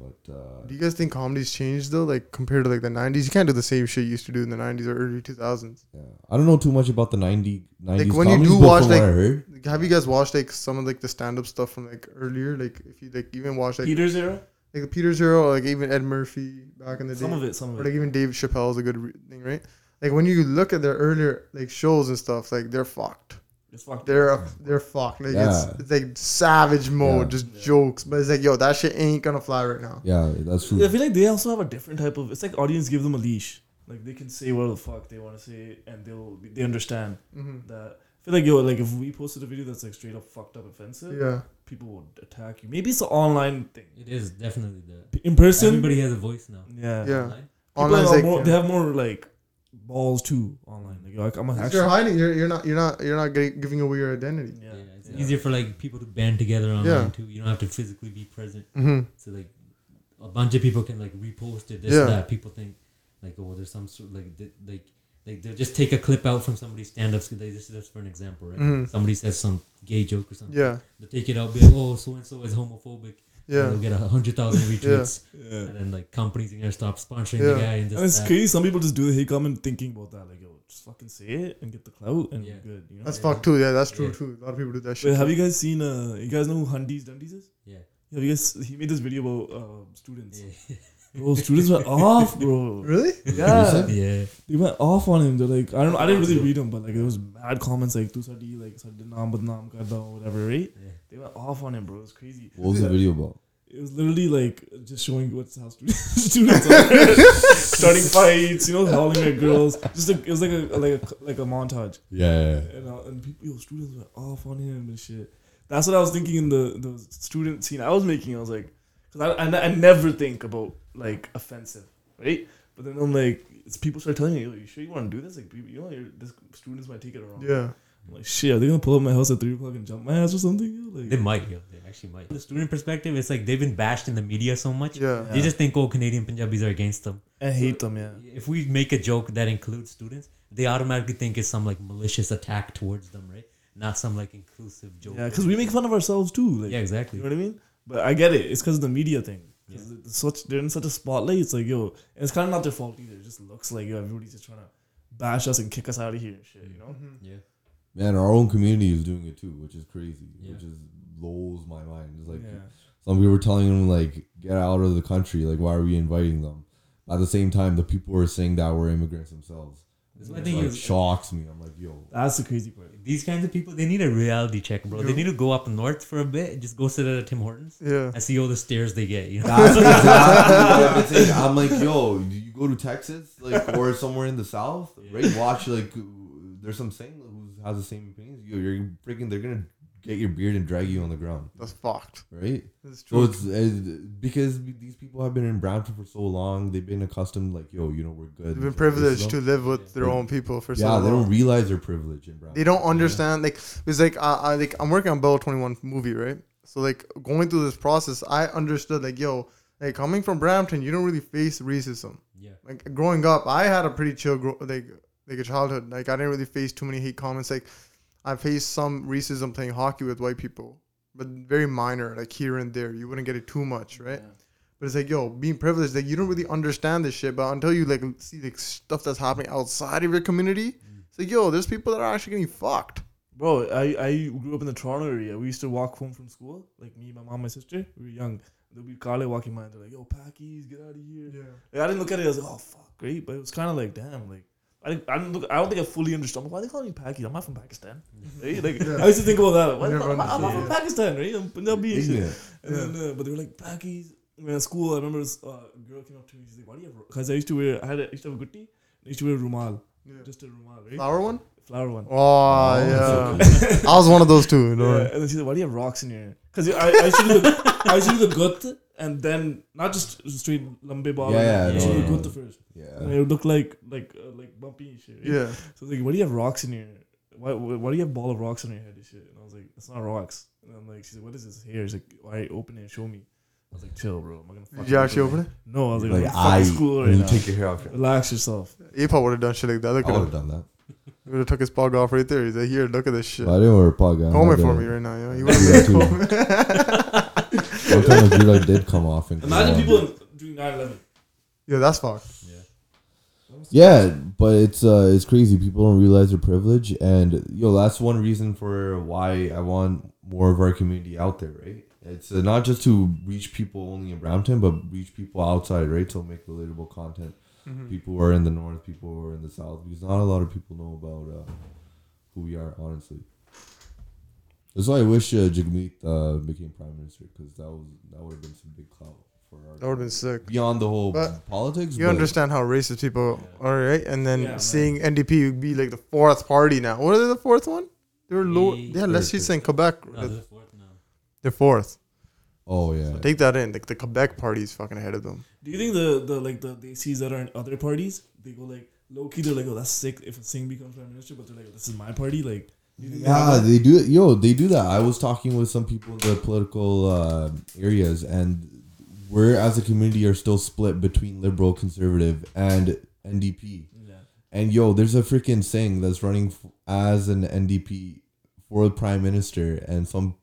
E: But uh,
A: Do you guys think comedy's changed though? Like compared to like the '90s, you can't do the same shit you used to do in the '90s or early 2000s.
E: yeah, I don't know too much about the 90, 90s.
A: when you
E: comedy,
A: do
E: but
A: watch,
E: from what
A: like-
E: I heard,
A: Like, have you guys watched like some of like the stand-up stuff from like earlier? Like if you like even watch like
B: Peter's era.
A: like the Peter Zero or like even Ed Murphy back in the day.
B: Some of it. Some
A: or
B: of
A: like
B: it.
A: even Dave Chappelle is a good re- thing, right? Like when you look at their earlier like shows and stuff, like they're fucked.
B: It's fucked. up.
A: They're they're fucked. Like
E: Yeah.
A: it's, it's like savage mode,
E: Yeah.
A: just jokes. But it's like yo, that shit ain't gonna fly right now.
E: yeah, that's true.
B: I feel like they also have a different type of. It's like audience give them a leash. Like they can say what the fuck they want to say, and they'll they understand
A: hmm
B: that. I feel like yo, like if we posted a video that's like straight up fucked up offensive,
A: Yeah,
B: people would attack you. Maybe it's an online thing.
D: It is definitely the
B: In person,
D: everybody has a voice now.
B: yeah,
A: yeah.
D: Online.
B: People
A: Online's
B: are
A: like
B: more, they have more like balls too online. Like, yo, like I'm a
A: you're
B: actually,
A: hiding. You're, you're not. You're not. You're not gi- giving away your identity.
B: yeah,
D: Yeah, it's
B: yeah.
D: easier for like people to band together online
A: Yeah.
D: too. You don't have to physically be present.
E: Mm-hmm.
A: hmm
D: So like a bunch of people can like repost it. This
A: Yeah.
D: that people think like oh there's some sort like th- like like they'll just take a clip out from somebody's stand up. This is just for an example, right?
A: Mhm.
D: Somebody says some gay joke or something.
A: Yeah,
D: They take it out, be like oh so and so is homophobic. and
A: yeah,
D: You'll get a hundred thousand retweets,
B: Yeah.
D: and then like companies are gonna stop sponsoring
A: Yeah.
D: the guy. And, this,
B: And it's
D: that.
B: crazy. Some people just do the hate comment thinking about that. Like, yo, just fucking say it and get the clout and
D: Yeah.
B: you're good. You know?
A: that's fucked too. Yeah, that's true
D: Yeah.
A: too. A lot of people do that
B: Wait,
A: shit.
B: have you guys seen? Uh, you guys know who Hundies Dundies is?
D: Yeah.
B: Yeah, you guys. He made this video about uh, students.
D: Yeah.
B: Bro, students went off, bro.
A: Really?
B: Yeah,
D: yeah.
B: they went off on him. They're like, I don't, I didn't really read them, but like there was mad comments like "tu sadi," like "sadi naam badnaam kar do," whatever, right?
D: Yeah.
B: They went off on him, bro. It was crazy.
E: What was the video about?
B: It was literally like just showing what's how students, students are starting fights, you know, howling at girls. Just like, it was like a like a like a montage,
C: Yeah.
B: and uh, and people, yo, students went off on him and shit. That's what I was thinking in the the student scene I was making. I was like, because I, I ne- I never think about like offensive, right? But then I'm like, it's people start telling me, yo, you sure you want to do this? Like, you know, you're, this students might take it wrong.
A: Yeah.
B: I'm like, shit, are they gonna pull up my house at three o'clock and jump my ass or something? Yo, Like,
D: They might, yo. They actually might. From the student perspective, it's like they've been bashed in the media so much.
A: Yeah.
D: They just think, oh, Canadian Punjabis are against them.
B: I hate them, yeah.
D: If we make a joke that includes students, they automatically think it's some like malicious attack towards them, right? Not some like inclusive joke.
B: Yeah, because we make fun of ourselves too. Like,
D: Yeah, exactly.
B: You know what I mean? But I get it. It's because of the media thing. 'Cause
D: Yeah.
B: it's such they're in such a spotlight. It's like yo, and it's kind of not their fault either. It just looks like yo, everybody's just trying to bash us and kick us out of here and shit. You know?
D: Yeah.
E: Man, our own community is doing it too, which is crazy.
D: Yeah.
E: Which is blows my mind. It's like
B: yeah.
E: some people were telling them like get out of the country. Like why are we inviting them? At the same time, the people who are saying that were immigrants themselves.
D: That's
E: It
D: what I think
E: like,
D: is-
E: shocks me. I'm like, yo,
B: That's the crazy part.
D: These kinds of people, they need a reality check, bro. They need to go up north for a bit, just go sit at a Tim Hortons,
A: Yeah.
D: and see all the stares they get. You know,
E: That's exactly what I'm saying. I'm like, yo, do you go to Texas, like, or somewhere in the South, right? Watch like, there's some saint who has the same opinions. Yo, you're freaking. They're gonna get your beard and drag you on the ground,
A: That's fucked.
E: right?
A: That's
E: So
A: true.
E: it's, it's because these people have been in Brampton for so long. They've been accustomed, like, yo, you know, we're good.
A: They've been
E: Like,
A: privileged to
E: this is-
A: live with their own people for so
E: Yeah,
A: long.
E: they don't realize their privilege in Brampton.
A: they don't understand like it's like I, I like I'm working on Bell 21 movie right so like going through this process I understood like yo like coming from Brampton you don't really face racism
D: yeah,
A: like growing up I had a pretty chill gro- like like a childhood like I didn't really face too many hate comments like I faced some racism playing hockey with white people but very minor like here and there you wouldn't get it too much right but it's like, yo, being privileged, like you don't really understand this shit. But until you like see like stuff that's happening outside of your community, it's like, yo, there's people that are actually getting fucked.
B: Bro, I, I grew up in the Toronto area. We used to walk home from school, like me, my mom, my sister. We were young. There'll be Kale walking by, and they're like, "Yo, Packies, get out of here!" Like, I didn't look at it as oh fuck, great, but it was kind of like damn, like I didn't, I didn't look, I don't think I fully understood. I'm like, Why they call me Pakistan? I'm not from Pakistan. Right? Like I used to think about that. Like, why the
A: Mm-hmm. Never
B: fuck am I- I'm not from
A: understood,
B: Pakistan, right? I'm Punjabi. And, shit.
E: Ignorant.
B: and then, uh, but they were like Pakis. When at school, I remember this uh, girl came up to me. She's like, "Why do you have?" Because I used to wear, I had, a, I used to have a goatee. I used to wear rumal, just a rumal, right?
A: Flower one?
B: Flower one.
A: Oh, yeah. I was one of those too. Don't
B: Yeah,
A: worry.
B: and then she's like, "Why do you have rocks in here?" Because I, I used to do the, I used to do the gut, and then not just straight lambe ball.
E: Yeah,
B: and
E: yeah,
B: I
E: I
B: used to
E: know,
B: do
E: I know.
B: gut first. And
E: Yeah.
B: it would look like like uh, like bumpy and shit. right?
A: Yeah.
B: So I was like, "Why do you have rocks in your? Why why why do you have ball of rocks on your head and shit?" And I was like, "It's not rocks." And I'm like, "She's like, what is this hair?" She's like, "Why open it? and Show me." I was like, "Chill, bro. I'm not gonna."
A: Did
B: fucking
A: you actually
B: it?"
A: open
B: No, I was like,
E: Like,
B: "I'm in
E: I,
B: fucking school right
E: you
B: now.
E: take your hair off. your-
B: Relax yourself."
A: it? Apop would have done shit like that. Look
E: I
A: at
E: would have
A: him.
E: done that.
A: He would have took his pog off right there. He's like, here, look at this shit.
E: But I didn't wear a pug. I'm
A: Home
E: not
A: it for
E: gonna-
A: me right now. You know? He
E: Do
A: would have
E: that
A: been
E: too. Sometimes your like did come off. And
B: Imagine people doing 9/11.
A: Yeah, that's fucked.
E: Yeah, but it's uh, it's crazy. People don't realize their privilege, and yo, that's one reason for why I want more of our community out there, right? It's uh, not just to reach people only in Brampton, but reach people outside, right? So make relatable content.
A: Mm-hmm.
E: People who are in the north, people who are in the south, because not a lot of people know about uh, who we are, honestly. That's why I wish uh, Jagmeet uh, became prime minister, because that was that would have been some big clout for our.
A: That would have been sick.
E: beyond the whole
A: Oh. But
E: politics.
A: You
E: but-
A: understand how racist people are, right? And then
B: Yeah, man.
A: seeing NDP be like the fourth party now. What are they, the fourth one? They were low.
D: They-
A: They had less
E: Third,
A: seats than Quebec.
D: no, the fourth now.
A: They're fourth.
E: Oh yeah.
A: Take that in. Like the Quebec party is fucking ahead of them.
B: Do you think the the like the DCs that are in other parties they go like low key? They're like, "Oh, that's sick." If a Singh becomes prime minister, but they're like, oh, "This is my party." Like, do you think they have
E: Yeah,
B: that?
E: they do. Yo, they do that. I was talking with some people in the political uh, areas, and we're as a community are still split between liberal, conservative, and NDP.
B: yeah.
E: And yo, there's a freaking saying that's running f- as an NDP for prime minister, and some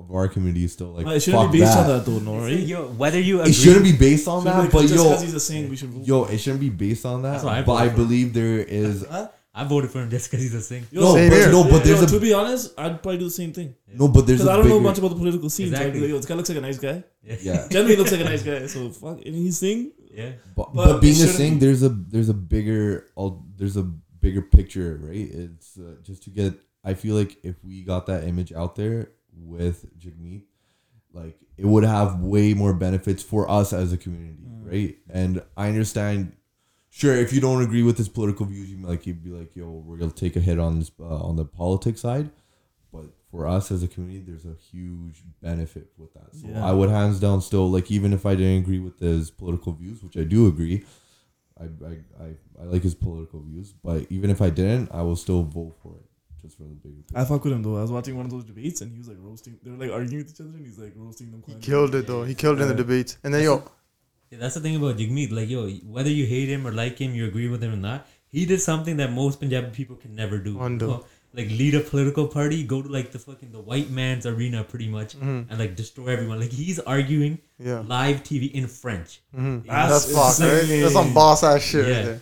E: of our community is still like
B: But it
E: fuck
B: shouldn't be based
E: that.
B: on that though, no,
D: It's
B: right?
D: like, yo, whether you agree,
E: It shouldn't be based on
B: Shouldn't
E: that,
B: like,
E: but
B: just
E: yo,
B: 'cause he's a saint, we should vote.
E: yo, it shouldn't be based on that.
D: That's what I
E: but I
D: voted for.
E: believe there is
B: Huh?
D: I voted for him just because he's a singer.
B: Yo,
E: no,
A: same
E: but,
A: here.
E: no,
B: yo,
E: but there's
B: to
E: a
B: be honest, I'd probably do the same thing
E: no, but there's
B: because
E: a
B: I don't know
E: bigger-
B: much about the political scene. So I'd be
D: Exactly.
B: like, yo, this guy looks like a nice guy.
E: yeah,
B: Generally, looks like a nice guy. So fuck, and he's sing.
D: yeah.
E: but,
B: But
E: but,
B: it
E: being a
B: shouldn't
E: thing,
B: be.
E: there's a there's a bigger al- there's a bigger picture, right? It's uh, just to get. I feel like if we got that image out there with Jigmeet, like it would have way more benefits for us as a community,
B: Mm.
E: right? And I understand. Sure, if you don't agree with his political views, you might like you'd be like, "Yo, we're gonna take a hit on this uh, on the politics side," but for us as a community, there's a huge benefit with that. So
B: Yeah.
E: I would hands down still like even if I didn't agree with his political views, which I do agree, I I, I, I like his political views, but even if I didn't, I will still vote for it just for the bigger.
B: I fuck with him though. I was watching one of those debates and he was like roasting. They were like arguing with each other and he's like roasting them.
A: He killed it though. He killed it in the
B: Yeah.
A: debates. And then yo,
D: Yeah, that's the thing about Jigmeet. Like, yo, whether you hate him or like him, you agree with him or not, he did something that most Punjabi people can never do.
A: Undo.
D: So, like, lead a political party, go to like the fucking the white man's arena, pretty much, and like destroy everyone. Like, he's arguing
A: yeah,
D: live TV in French.
A: Mhm.
D: You know?
B: That's
A: that's fucked. Right?
B: insane.
A: That's some boss ass shit
D: Yeah.
A: right there.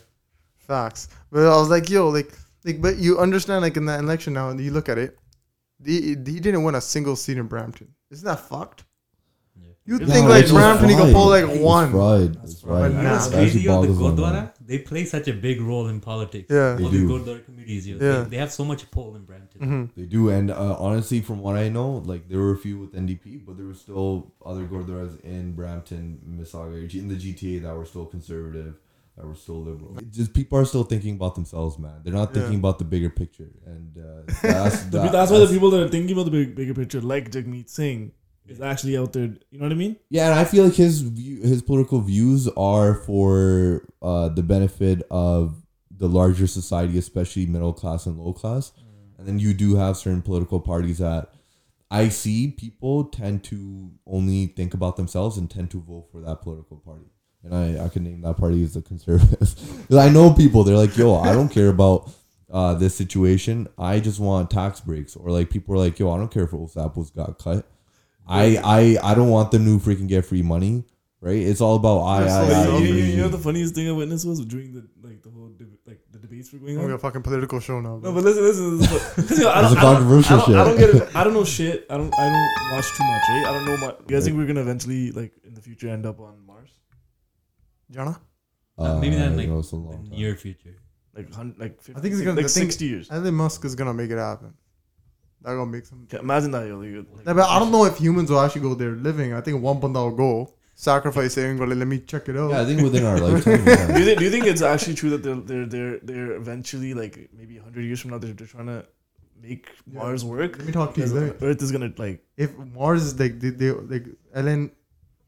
A: Facts. But I was like, yo, like, like, but you understand, like, in that election now, and you look at it, he, he didn't win a single seat in Brampton. Isn't that fucked?
D: Yeah.
A: You
B: Yeah,
A: think
B: but
A: like
B: it's
A: Brampton, you can
E: fried.
A: pull like
E: It's
A: one?
E: fried. It's fried.
B: fried.
A: But
D: You know what's
A: nah.
E: Actually
D: crazy about the
E: boggles my
D: Gurdwara?
E: mind.
D: They play such a big role in politics.
A: Yeah.
E: They
D: All the
E: do.
D: Gurdwara communities, yo.
A: Yeah.
D: They, they have so much pull in Brampton.
A: hmm
E: They do, and uh, honestly, from what I know, like there were a few with NDP, but there were still other Gordoras in Brampton, Mississauga, in the GTA that were still conservative, that were still liberal. It Just people are still thinking about themselves, man. They're not
A: Yeah.
E: thinking about the bigger picture, and uh, that's
B: The,
E: that-
B: that's why the people that are thinking about the big, bigger picture, like Jagmeet Singh, is actually out there. You know what I mean?
E: Yeah, and I feel like his view, his political views are for uh, the benefit of the larger society, especially middle class and low class.
B: Mm.
E: And then you do have certain political parties that I see people tend to only think about themselves and tend to vote for that political party. And I, I can name that party as the conservatives. 'Cause I know people, they're like, yo, I don't care about uh, this situation. I just want tax breaks. Or like people are like, yo, I don't care if OSAP was got cut. I I I don't want them to freaking get free money, right? It's all about I
A: That's
E: I.
A: the
E: I
A: way
B: But you, you,
E: me,
B: you know what the
E: me.
B: funniest thing I witnessed was during the like the whole deb- like the debates were going
A: We
B: on.
A: got a fucking political show now.
B: No,
A: Bro.
B: but listen, listen. listen but- 'cause, yo, I
E: That's
B: don't,
E: a
B: I don't-
E: controversial
B: I don't, I don't
E: shit.
B: get it. I don't know shit. I don't. I don't watch too much. Right? I don't know much. You guys think we're gonna eventually, like, in the future, end up on Mars?
A: Jana?
E: Uh,
D: Maybe not in, like,
E: you know, it's a long
D: In
E: time.
D: near future.
B: Like, hun- like 50,
A: I think it's gonna-
B: like
A: the thing-
B: sixty years.
A: I think Musk is gonna make it happen. That gonna make some.
B: Okay, imagine that, yo. Like,
A: Nah, but I don't know if humans will actually go there living. I think one banda will go sacrifice it and go. Like, Let me check it out.
E: Yeah, I think within our lifetime. yeah.
B: do you think, do you think it's actually true that they're they're they're, they're eventually like maybe hundred years from now they're, they're trying to make
A: Yeah.
B: Mars work?
A: Let me talk to you
B: Because
A: later.
B: Earth is gonna like
A: If Mars is like, they, they, like Elon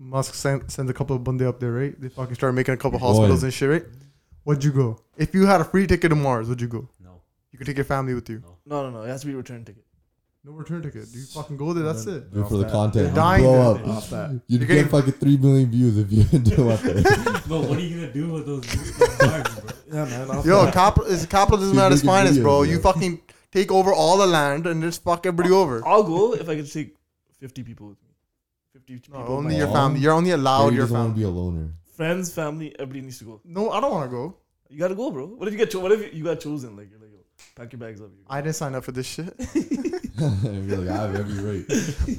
A: Musk sent, sends a couple of bande up there, right? They fucking start making a couple
E: Boy.
A: hospitals and shit, right? Would you go if you had a free ticket to Mars? Would you go?
D: No.
A: You could take your family with you.
B: no no no it has to be a return ticket.
A: No return ticket. Do you fucking go there? That's it.
E: Do it for the
B: Off that.
E: content.
A: They're
E: You
A: dying
E: blow
A: there.
E: up.
B: Off that.
E: You'd
A: You're
E: get
A: getting-
E: fucking three million views if you do up there.
D: But what are you gonna do with those cards, bro?
B: Yeah man. Off
A: Yo,
B: that.
A: cap- is capitalism
E: Dude,
A: at
E: we
A: its
E: could
A: finest,
E: do
A: bro.
E: it,
A: You
E: yeah.
A: fucking take over all the land and just fuck everybody over.
B: I'll go if I can take fifty people with me. Fifty
A: No,
B: people.
A: only
B: my
A: your
E: mom.
A: family. You're only allowed
E: Maybe
A: your
E: doesn't want to
A: family.
E: be a loner.
B: friends, family, everybody needs to go.
A: No, I don't want to go.
B: You gotta go, bro. What if you get cho- what if you got chosen? Like you're like, yo, pack your bags up. you go.
A: I didn't sign up for this shit.
E: You'd be like, I have every right.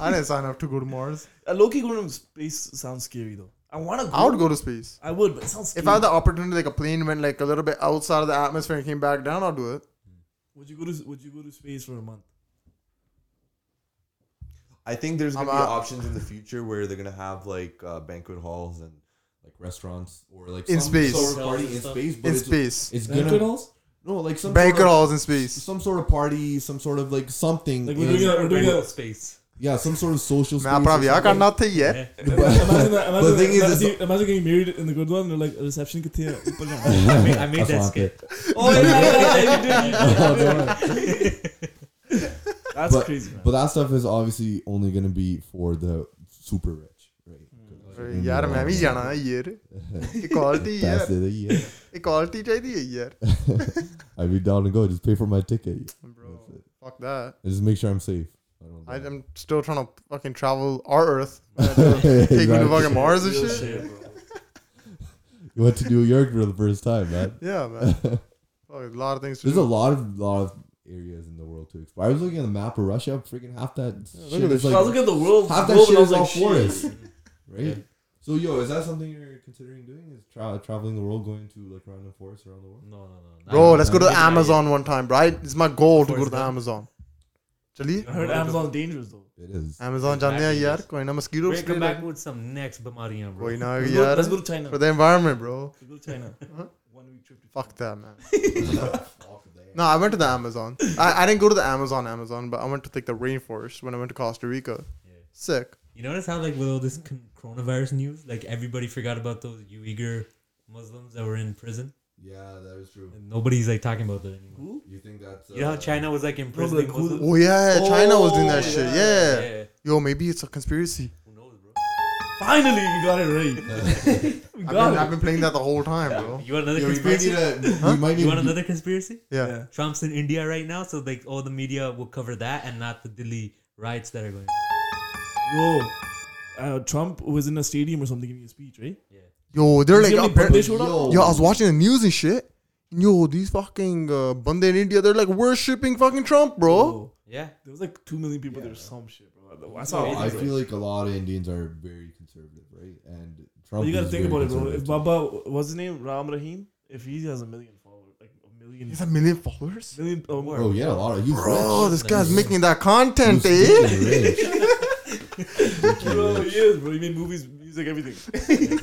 A: I didn't sign up to go to Mars.
B: Uh, Loki going to space sounds scary though. I wanna go.
A: I would go to space.
B: I would, but it sounds. Scary.
A: If I had the opportunity, like a plane went like a little bit outside of the atmosphere and came back down, I'll do it.
B: would you go to would you go to space for a month?
E: I think there's gonna
A: I'm
E: be
A: out.
E: options in the future where they're gonna have like uh, banquet halls and like restaurants or like
A: In
E: some
A: space.
E: sort of party in space. But
A: in
E: it's,
A: space,
E: it's gonna no like some
A: banquet
E: sort of,
A: halls in space.
E: some sort of party, some sort of like something.
B: Like, we're
E: in-
B: doing a- we're doing a-
D: space.
E: yeah, some sort of social.
A: Man, I
E: space or
A: probably I got
E: something.
A: nothing yet.
D: Yeah.
E: But-
B: imagine that. Imagine,
E: the thing is,
B: imagine,
E: it's-
B: imagine getting married in the good one. They're like a reception kit here.
D: I made, I made
E: That's
D: that
E: not
D: skit.
B: oh yeah, that's
E: But-
B: crazy. Man.
E: But that stuff is obviously only gonna be for the super rich, right?
A: अरे यार मैं भी जाना है ये रे equality
E: That's
A: यार
E: it, yeah.
A: Equality चाहिए यार
E: I'd be down to go. Just pay for my ticket.
A: Bro, fuck that.
E: And just make sure I'm safe. I don't.
A: I,
E: think-
A: I'm still trying to fucking travel our Earth. uh, Take me to
E: Exactly.
A: fucking Mars and
B: Real
A: shit.
B: bro.
E: You went to New York for the first time, man.
A: Yeah, man. Fuck, a lot of things to
E: There's
A: do.
E: a lot of lot of areas in the world to explore. I was looking at the map of Russia. Freaking half that
A: at
E: shit
A: this
E: is like
B: I look at the world.
E: half that
B: globe
E: shit
B: and I was
E: is all
B: like, shit.
E: forest, right?
C: Yeah.
E: So, yo, is that something you're considering doing? Is tra- traveling the world, going to like random forests around the world?
D: No, no, no. not
A: Bro,
D: even-
A: let's go to
D: not even
A: Amazon one time, right? It's my goal to go to
B: Forrest
A: the
B: Gump.
A: Amazon. Chali?
B: I heard Amazon's dangerous though.
E: It is.
A: Amazon
D: Exactly,
A: जाने
D: yes.
A: यार कोई ना
D: idea.
A: mosquito
D: We're
A: spray
D: come back
A: लगे।
D: with some next bamariyan, bro.
A: कोई ना
B: Let's go,
A: यार
B: let's go to China.
A: for the environment, bro.
B: Let's go to China.
A: Huh?
B: One week trip to
A: Fuck that, man.
E: Off of there.
A: No, I went to the Amazon. I, I didn't go to the Amazon, Amazon, but I went to like the rainforest when I went to Costa Rica.
D: Yeah.
A: Sick.
D: You notice how, like, with all this con- coronavirus news, like, everybody forgot about those Uyghur Muslims that were in prison.
E: Yeah, that is true.
D: And nobody's, like, talking about that anymore.
B: Who?
E: You think that's uh,
D: You know how China was, like, imprisoning
B: like, who-
D: Muslims?
A: Oh yeah, China was doing that
B: Oh,
A: shit.
B: yeah.
A: Yeah. Yo, maybe it's a conspiracy.
D: Who knows, bro?
B: Finally, we got it right. we
A: I've been,
B: got
A: I've
B: it.
A: been playing that the whole time, bro.
D: You want another
E: Yo, we might
D: conspiracy?
E: need a. We might need
D: You want
E: a-
D: another conspiracy?
A: Yeah.
D: Trump's in India right now, so like all the media will cover that and not the Delhi riots that are going.
B: Yo, uh, Trump was in a stadium or something giving a speech, right?
D: Yeah.
A: Yo, they're
B: Is he
A: like,
B: only
A: apparent-
B: Bangladesh showed up?
E: Yo.
A: yo, I was watching the news and shit. Yo, these fucking uh, Bande in India, they're like worshipping fucking Trump, bro.
B: Oh,
D: Yeah.
B: there was like two million people. There's some shit, bro. I saw.
E: No, I
B: videos, bro.
E: feel like a lot of Indians are very conservative, right? And Trump.
B: But you gotta
E: is
B: think
E: very
B: about it, bro. If
E: conservative.
B: Baba, what's his name, Ram Rahim, if he has a million followers, like a million,
A: He's a million followers.
B: million or more.
E: bro, Oh, yeah, a lot of he's
A: Bro,
E: rich.
A: this guy's
D: He's-
A: making that content,
E: He's
A: eh?
E: freaking rich.
B: Bro, he is, bro. He made movies, music, everything.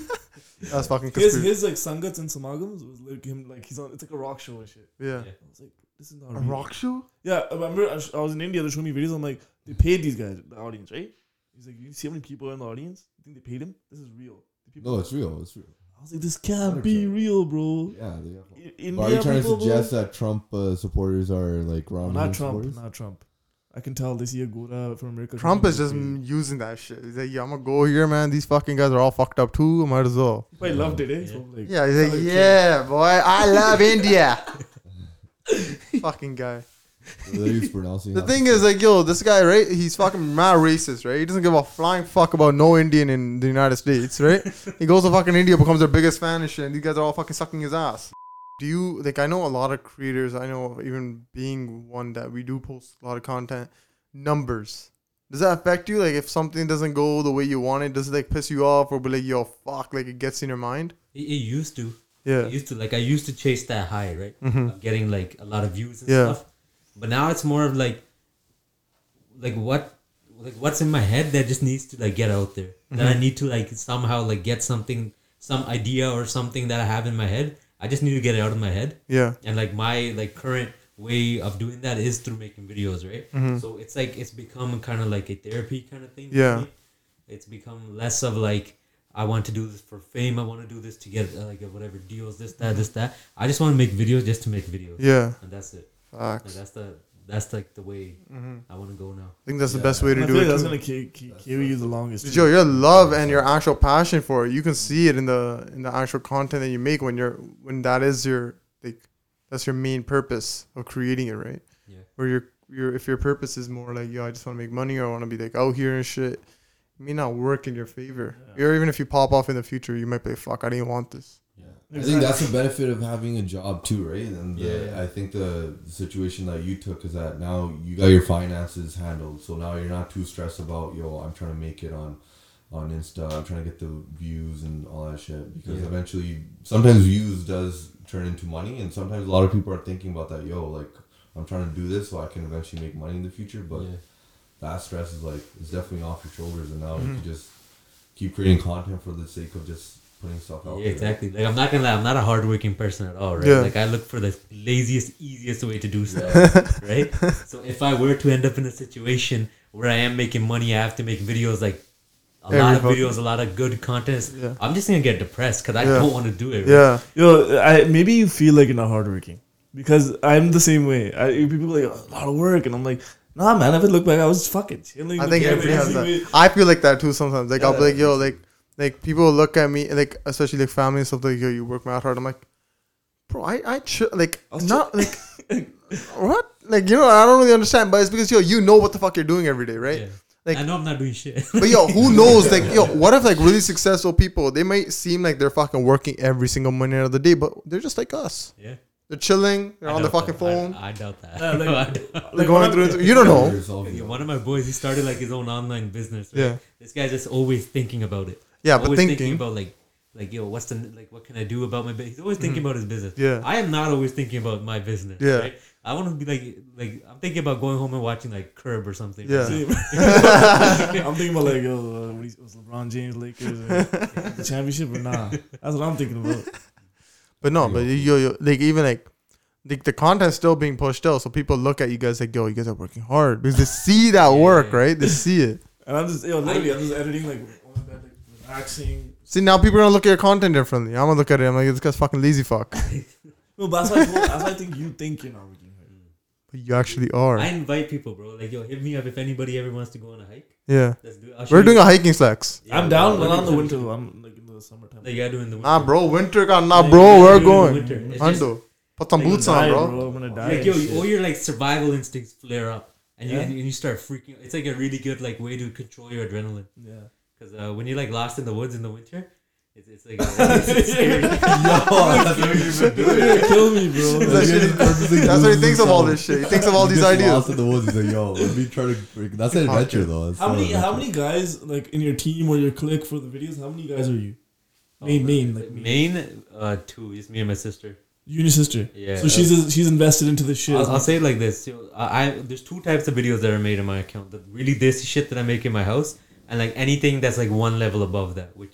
A: That's fucking
B: His
A: conspiracy.
B: his like sangats and samagams was like him, like he's on. It's like a rock show and shit.
A: Yeah.
D: Yeah.
B: I was like, this is not
A: A
B: real.
A: rock show?
B: Yeah, I remember I, sh- I was in India. They showed me videos. I'm like, they paid these guys, the audience, right? He's like, you see how many people are in the audience? You think they paid him? This is real. The people.
E: No, it's real. It's real.
B: I was like, this can't be
E: 100%.
B: real, bro.
E: Yeah. They have But
B: I-
E: are you
B: India
E: trying
B: people,
E: to suggest
B: bro.
E: that Trump uh, supporters are like Ron?
B: not
E: Reagan
B: Trump,
E: supporters?
B: not Trump. I can tell they see a Gora from America.
A: Trump is
B: He's
A: just using that shit. He's like, yeah, I'm gonna go here, man. These fucking guys are all fucked up too. Might as well.
B: He probably loved it, eh?
D: Yeah.
B: So, like,
A: Yeah, he's like,
B: Okay.
A: yeah, boy, I love India. fucking guy.
E: They're just pronouncing
A: The
E: it.
A: thing is, like, yo, this guy, right? He's fucking mad racist, right? He doesn't give a flying fuck about no Indian in the United States, right? he goes to fucking India, becomes their biggest fan and shit, and these guys are all fucking sucking his ass. Do you, like, I know a lot of creators, I know even being one that we do post a lot of content, numbers. Does that affect you? Like, if something doesn't go the way you want it, does it, like, piss you off or be like, yo, fuck, like, it gets in your mind?
D: It, it used to.
A: Yeah.
D: It used to like I used to chase that high, right? Of getting like a lot of views and
A: Yeah.
D: stuff. But now it's more of like like what like what's in my head that just needs to like get out there. That I need to like somehow like get something some idea or something that I have in my head. I just need to get it out of my head.
A: Yeah.
D: and like my like current way of doing that is through making videos right
A: Mm-hmm.
D: so it's like it's become kind of like a therapy kind of thing for
A: Yeah.
D: me. it's become less of like i want to do this for fame i want to do this to get uh, like whatever deals this that this that i just want to make videos just to make videos
A: Yeah.
D: and that's it Like,
A: Facts. Mm-hmm.
D: that's the that's like the way i want to go now
A: I think that's the
E: Yeah.
A: best way
B: I
A: to
B: feel
A: do
B: like
A: it.
B: that's
A: too.
B: gonna ca- ca- carry you the longest.
A: Joe, your love and your actual passion for it, you can see it in the in the actual content that you make when you're when that is your like that's your main purpose of creating it, right?
D: Yeah.
A: Where your your if your purpose is more like yo, I just want to make money or I want to be like out here and shit, it may not work in your favor.
B: Yeah.
A: Or even if you pop off in the future, you might be like, fuck, I didn't want this.
E: Yeah. I think
B: Exactly.
E: that's the benefit of having a job too, right? And the,
D: Yeah.
E: I think the situation that you took is that now you got your finances handled, so now you're not too stressed about yo. I'm trying to make it on, on Insta. I'm trying to get the views and all that shit because
D: Yeah.
E: eventually, sometimes views does turn into money, and sometimes a lot of people are thinking about that. Yo, like I'm trying to do this so I can eventually make money in the future, but
D: yeah.
E: that stress is like it's definitely off your shoulders, and now you
A: Mhm.
D: Mm-hmm.
E: can just keep creating content for the sake of just putting stuff out.
D: Yeah,
E: there.
D: exactly. Like I'm not gonna lie, I'm not a hardworking person at all, right?
A: Yeah.
D: Like I look for the laziest, easiest way to do stuff, right? So if I were to end up in a situation where I am making money, I have to make videos like a
A: Every
D: lot of
A: fucking-
D: videos, a lot of good content.
A: Yeah.
D: I'm just gonna get depressed because I
A: Yeah.
D: don't want to do it. right?
A: Yeah.
B: Yo, I, maybe you feel like you're not hardworking because I'm the same way. I, people are like "Oh, a lot of work, and I'm like, nah, man. If I look back, I was fucking chilling.
A: I think
B: looking at
A: everybody has
B: the easy
A: that. I feel like that too sometimes. Like I'll be like, yo,
B: Yeah.
A: like like people look at me like especially like family and stuff like yo, you work mad hard. I'm like, bro, I I ch- like not like what like you know I don't really understand, but it's because yo you know what the fuck you're doing every day, right?
D: Yeah.
A: Like-
D: I know I'm not doing shit.
A: But yo, who knows? Like yo, what if like really successful people? They might seem like they're fucking working every single minute of the day, but they're just like us.
D: yeah.
A: They're chilling. They're
D: I
A: on the
D: doubt
A: fucking
D: that.
A: phone.
D: I, I doubt that.
B: Yeah, like-
D: I doubt-
A: they're
B: one
A: going
B: of-
A: through. You don't know.
D: Okay, one of my boys, he started like his own online business. Right?
A: Yeah.
D: This guy's just always thinking about it.
A: Yeah, but
D: always
A: thinking.
D: about like, like yo, what's the like, what can I do about my business? He's always thinking about his business.
A: Mm-hmm. Yeah.
D: I am not always thinking about my business.
A: Yeah.
D: right? I want to be like, like I'm thinking about going home and watching like Curb or something.
A: Yeah.
B: Same. I'm thinking about like, yo, uh, what is, was LeBron James Lakers uh, the championship or nah? That's what I'm thinking about.
A: But no, but yo, yo, like even like, like the content's still being pushed out, so people look at you guys like, yo, you guys are working hard because they see that work,
D: Yeah.
A: right? They see it.
B: And I'm just, yo, literally, I'm just editing like, oh my God, like relaxing.
A: See now, people are gonna look at your content differently. I'm gonna look at it. I'm like, this guy's fucking lazy fuck.
B: No, but that's why I, told, that's why I think you think you're not working hard.
A: But you actually are.
D: I invite people, bro. Like yo, hit me up if anybody ever wants to go on a hike.
A: yeah,
D: Let's do. it. I'll show
A: we're
D: you-
A: doing a hiking slacks.
D: Yeah,
B: I'm down, but
D: we'll-
B: not in the
D: we'll-
B: winter. though. I'm like in the summertime.
D: Like yeah, doing the winter.
A: Nah, bro, winter got nah,
D: Like,
A: bro.
D: you're
A: We're
D: doing
A: going.
D: the winter. It's just-
A: Hundo, put some
D: Like,
A: boots on,
B: Die,
A: bro.
B: bro. I'm gonna die.
D: like yo,
B: and
D: you- all
B: shit.
D: your like survival instincts flare up, and you
B: Yeah.
D: and you start freaking. It's like a really good like way to control your adrenaline.
B: yeah.
D: Because uh, when you're like lost in the woods in the winter, it's, it's like it's, it's scary. Yo,
B: kill me, bro.
A: He's like, shit, That's what he thinks of all this shit. He thinks of all these ideas.
E: Lost in the woods. He's like, yo, let me try to. Freak. That's an adventure, though. That's
B: how
E: not
B: many
E: an
B: how
E: adventure.
B: many guys like in your team or your clique for the videos? How many guys are you?
D: Oh,
B: Main, main, like main.
D: Maine, uh, two is me and my sister.
B: You and your sister.
D: Yeah.
B: So she's she's invested into this shit.
D: I'll, I'll say it like this: so I, I there's two types of videos that are made in my account. The really this shit that I make in my house, and like anything that's like one level above that, which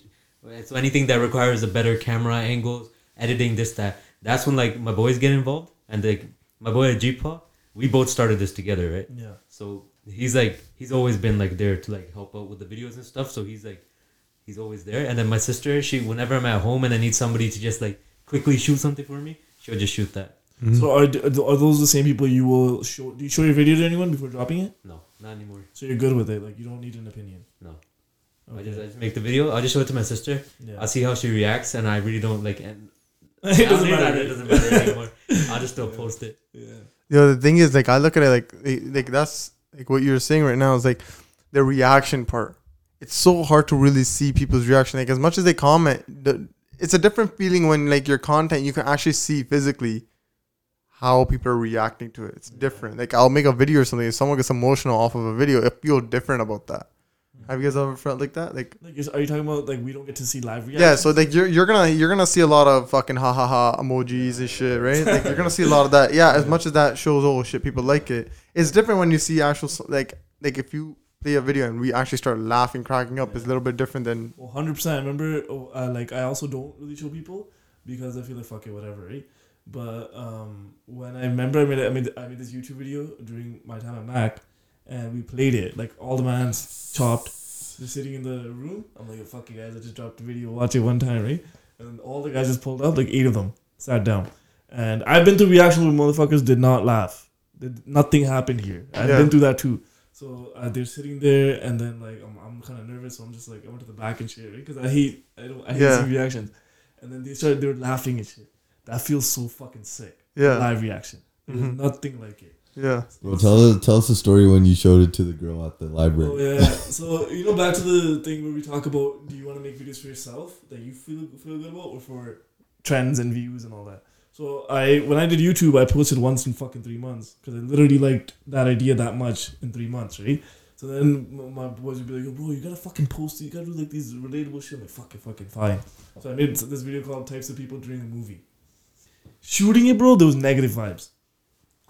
D: so anything that requires a better camera angles, editing this that. That's when like my boys get involved, and like my boy Ajipa, we both started this together, right?
B: yeah.
D: So he's like he's always been like there to like help out with the videos and stuff. So he's like he's always there. And then my sister, she whenever I'm at home and I need somebody to just like quickly shoot something for me, she'll just shoot that.
A: Mm-hmm.
B: So are are those the same people you will show? Do you show your video to anyone before dropping it?
D: No, not anymore.
B: So you're good with it. Like you don't need an opinion.
D: No. I
B: Okay.
D: just I just make the video. I'll just show it to my sister.
B: yeah.
D: I'll see how she reacts, and I really don't like. And
B: it doesn't
D: honestly,
B: matter.
D: It doesn't matter anymore. I'll just still post it.
B: Yeah.
A: Yo, the thing is, like, I look at it like, eh, like that's like what you're saying right now is like the reaction part. It's so hard to really see people's reaction. Like, as much as they comment, the, it's a different feeling when like your content you can actually see physically how people are reacting to it. It's different. Like, I'll make a video or something. If someone gets emotional off of a video, it feel different about that. Have you guys ever felt like that? Like,
B: Like is, are you talking about like we don't get to see live
A: yeah.
B: reactions?
A: so like you're you're gonna you're gonna see a lot of fucking ha ha ha emojis and shit, right? Like you're gonna see a lot of that. Yeah, as much as that shows oh shit, people like it. It's different when you see actual s- like like if you play a video and we actually start laughing, cracking up, it's a little bit different than
B: Well, hundred percent. I remember, oh, uh, like I also don't really show people because I feel like fuck it, whatever, right? But um, when I remember, I made I made I made this YouTube video during my time at Mac, and we played it like all the man's chopped. They're sitting in the room. I'm like, fuck you guys! I just dropped a video. Watch it one time, right? And all the guys just pulled up, like eight of them sat down, and I've been through reaction where motherfuckers did not laugh. Did, nothing happened here. I've
A: Yeah.
B: been through that too. So uh, they're sitting there, and then like I'm, I'm kind of nervous, so I'm just like I went to the back and shit, right? Because I hate I don't I hate
A: Yeah.
B: seeing reactions, and then they started they were laughing and shit. That feels so fucking sick.
A: yeah
B: Live reaction, There's
A: Mhm.
B: nothing like it.
A: yeah
E: Well, tell us tell us the story when you showed it to the girl at the library.
B: Oh yeah. so you know, back to the thing where we talk about: do you want to make videos for yourself that you feel feel good about, or for trends and views and all that? So I, when I did YouTube, I posted once in fucking three months because I literally liked that idea that much in three months, right? So then m- my boys would be like, "Yo, bro, you gotta fucking post it. You gotta do like these relatable shit." I'm like, "Fucking, fucking fine." So I made this video called "Types of People During a Movie." Shooting it, bro, there was negative vibes.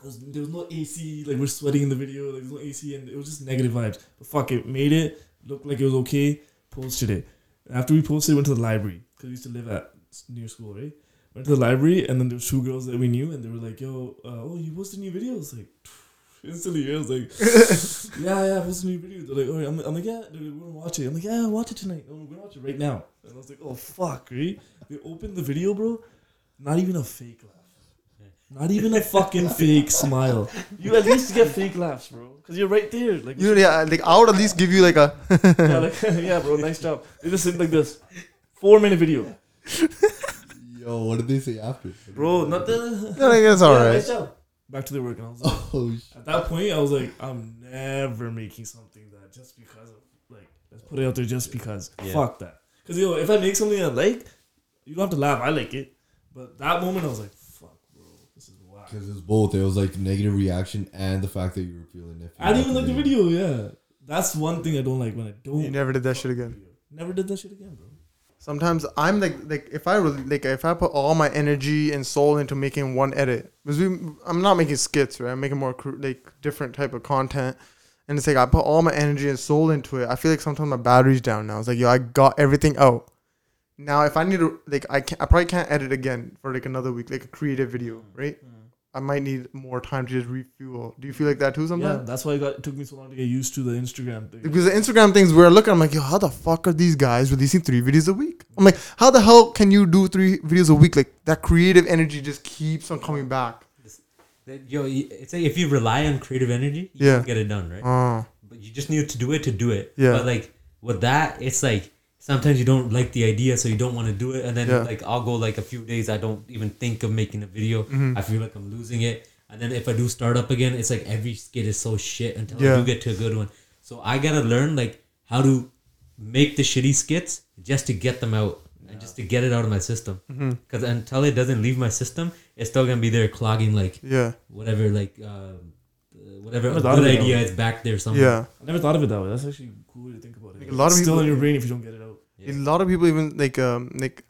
B: There was, there was no AC. Like we're sweating in the video. Like there's no AC, and it was just negative vibes. But fuck it, made it looked like it was okay. Posted it. After we posted, we went to the library because we used to live at s- near school, right? Went to the library, and then there was two girls that we knew, and they were like, "Yo, uh, oh, you posted new videos?" Like instantly, I was like, "Yeah, yeah, I posted new videos." They're like, "Oh, I'm, I'm like, yeah, they're like, we're gonna watch it." I'm like, "Yeah, watch it tonight. No, we're gonna watch it right now." And I was like, "Oh fuck, right?" They opened the video, bro. Not even a fake laugh. Not even a fucking fake smile. You at least get fake laughs, bro, because you're right there. Like
A: you know, yeah like I would at least give you like a
B: yeah, like, yeah, bro, nice job. They just sit like this. Four minute video.
E: Yo, what did they say after?
B: bro. Not the
A: No, like, that's all right.
B: back to the work. And I was like,
E: Oh shit.
B: at that point, I was like, I'm never making something that just because of like let's put it out there just because.
D: Yeah.
B: Fuck that. Because yo, if I make something I like, you don't have to laugh. I like it. But that moment, I was like, fuck, bro, this is wild.
E: Because it was both. It was like negative reaction and the fact that you were feeling it.
B: I didn't even like the video. Yeah, that's one thing I don't like when I don't.
A: You never did that shit again.
B: Never did that shit again, bro.
A: Sometimes I'm like like if I really like if I put all my energy and soul into making one edit because we I'm not making skits right I'm making more cr- like different type of content and it's like I put all my energy and soul into it I feel like sometimes my battery's down now it's like yo I got everything out now if I need to like I can not I probably can't edit again for like another week like a creative video right I might need more time to just refuel do you feel like that too sometimes
B: Yeah, that's why it, got, it took me so long to get used to the Instagram thing.
A: because the Instagram things we're looking, I'm like, yo, how the fuck are these guys releasing three videos a week? I'm like, how the hell can you do three videos a week? Like that creative energy just keeps on coming back.
D: That, yo, y- it's like if you rely on creative energy, you
A: Yeah.
D: can get it done, right?
A: Uh,
D: But you just need to do it to do it.
A: Yeah.
D: But like with that, it's like sometimes you don't like the idea, so you don't want to do it, and then
A: Yeah.
D: like I'll go like a few days, I don't even think of making a video.
A: Mm-hmm.
D: I feel like I'm losing it, and then if I do start up again, it's like every skit is so shit until
A: Yeah.
D: I do get to a good one. So I gotta learn like how to make the shitty skits just to get them out. And just to get it out of my system,
A: Mm-hmm.
D: because until it doesn't leave my system, it's still gonna be there clogging like
A: yeah,
D: whatever like um, uh, whatever
B: That's
D: good
B: audio.
D: idea is back there somewhere.
A: yeah.
B: I never thought of it that way. That's actually a cool way to think about it.
A: A lot of
B: It's still
A: people-
B: in your brain if you don't get it out.
D: Yeah.
A: A lot of people even like um like.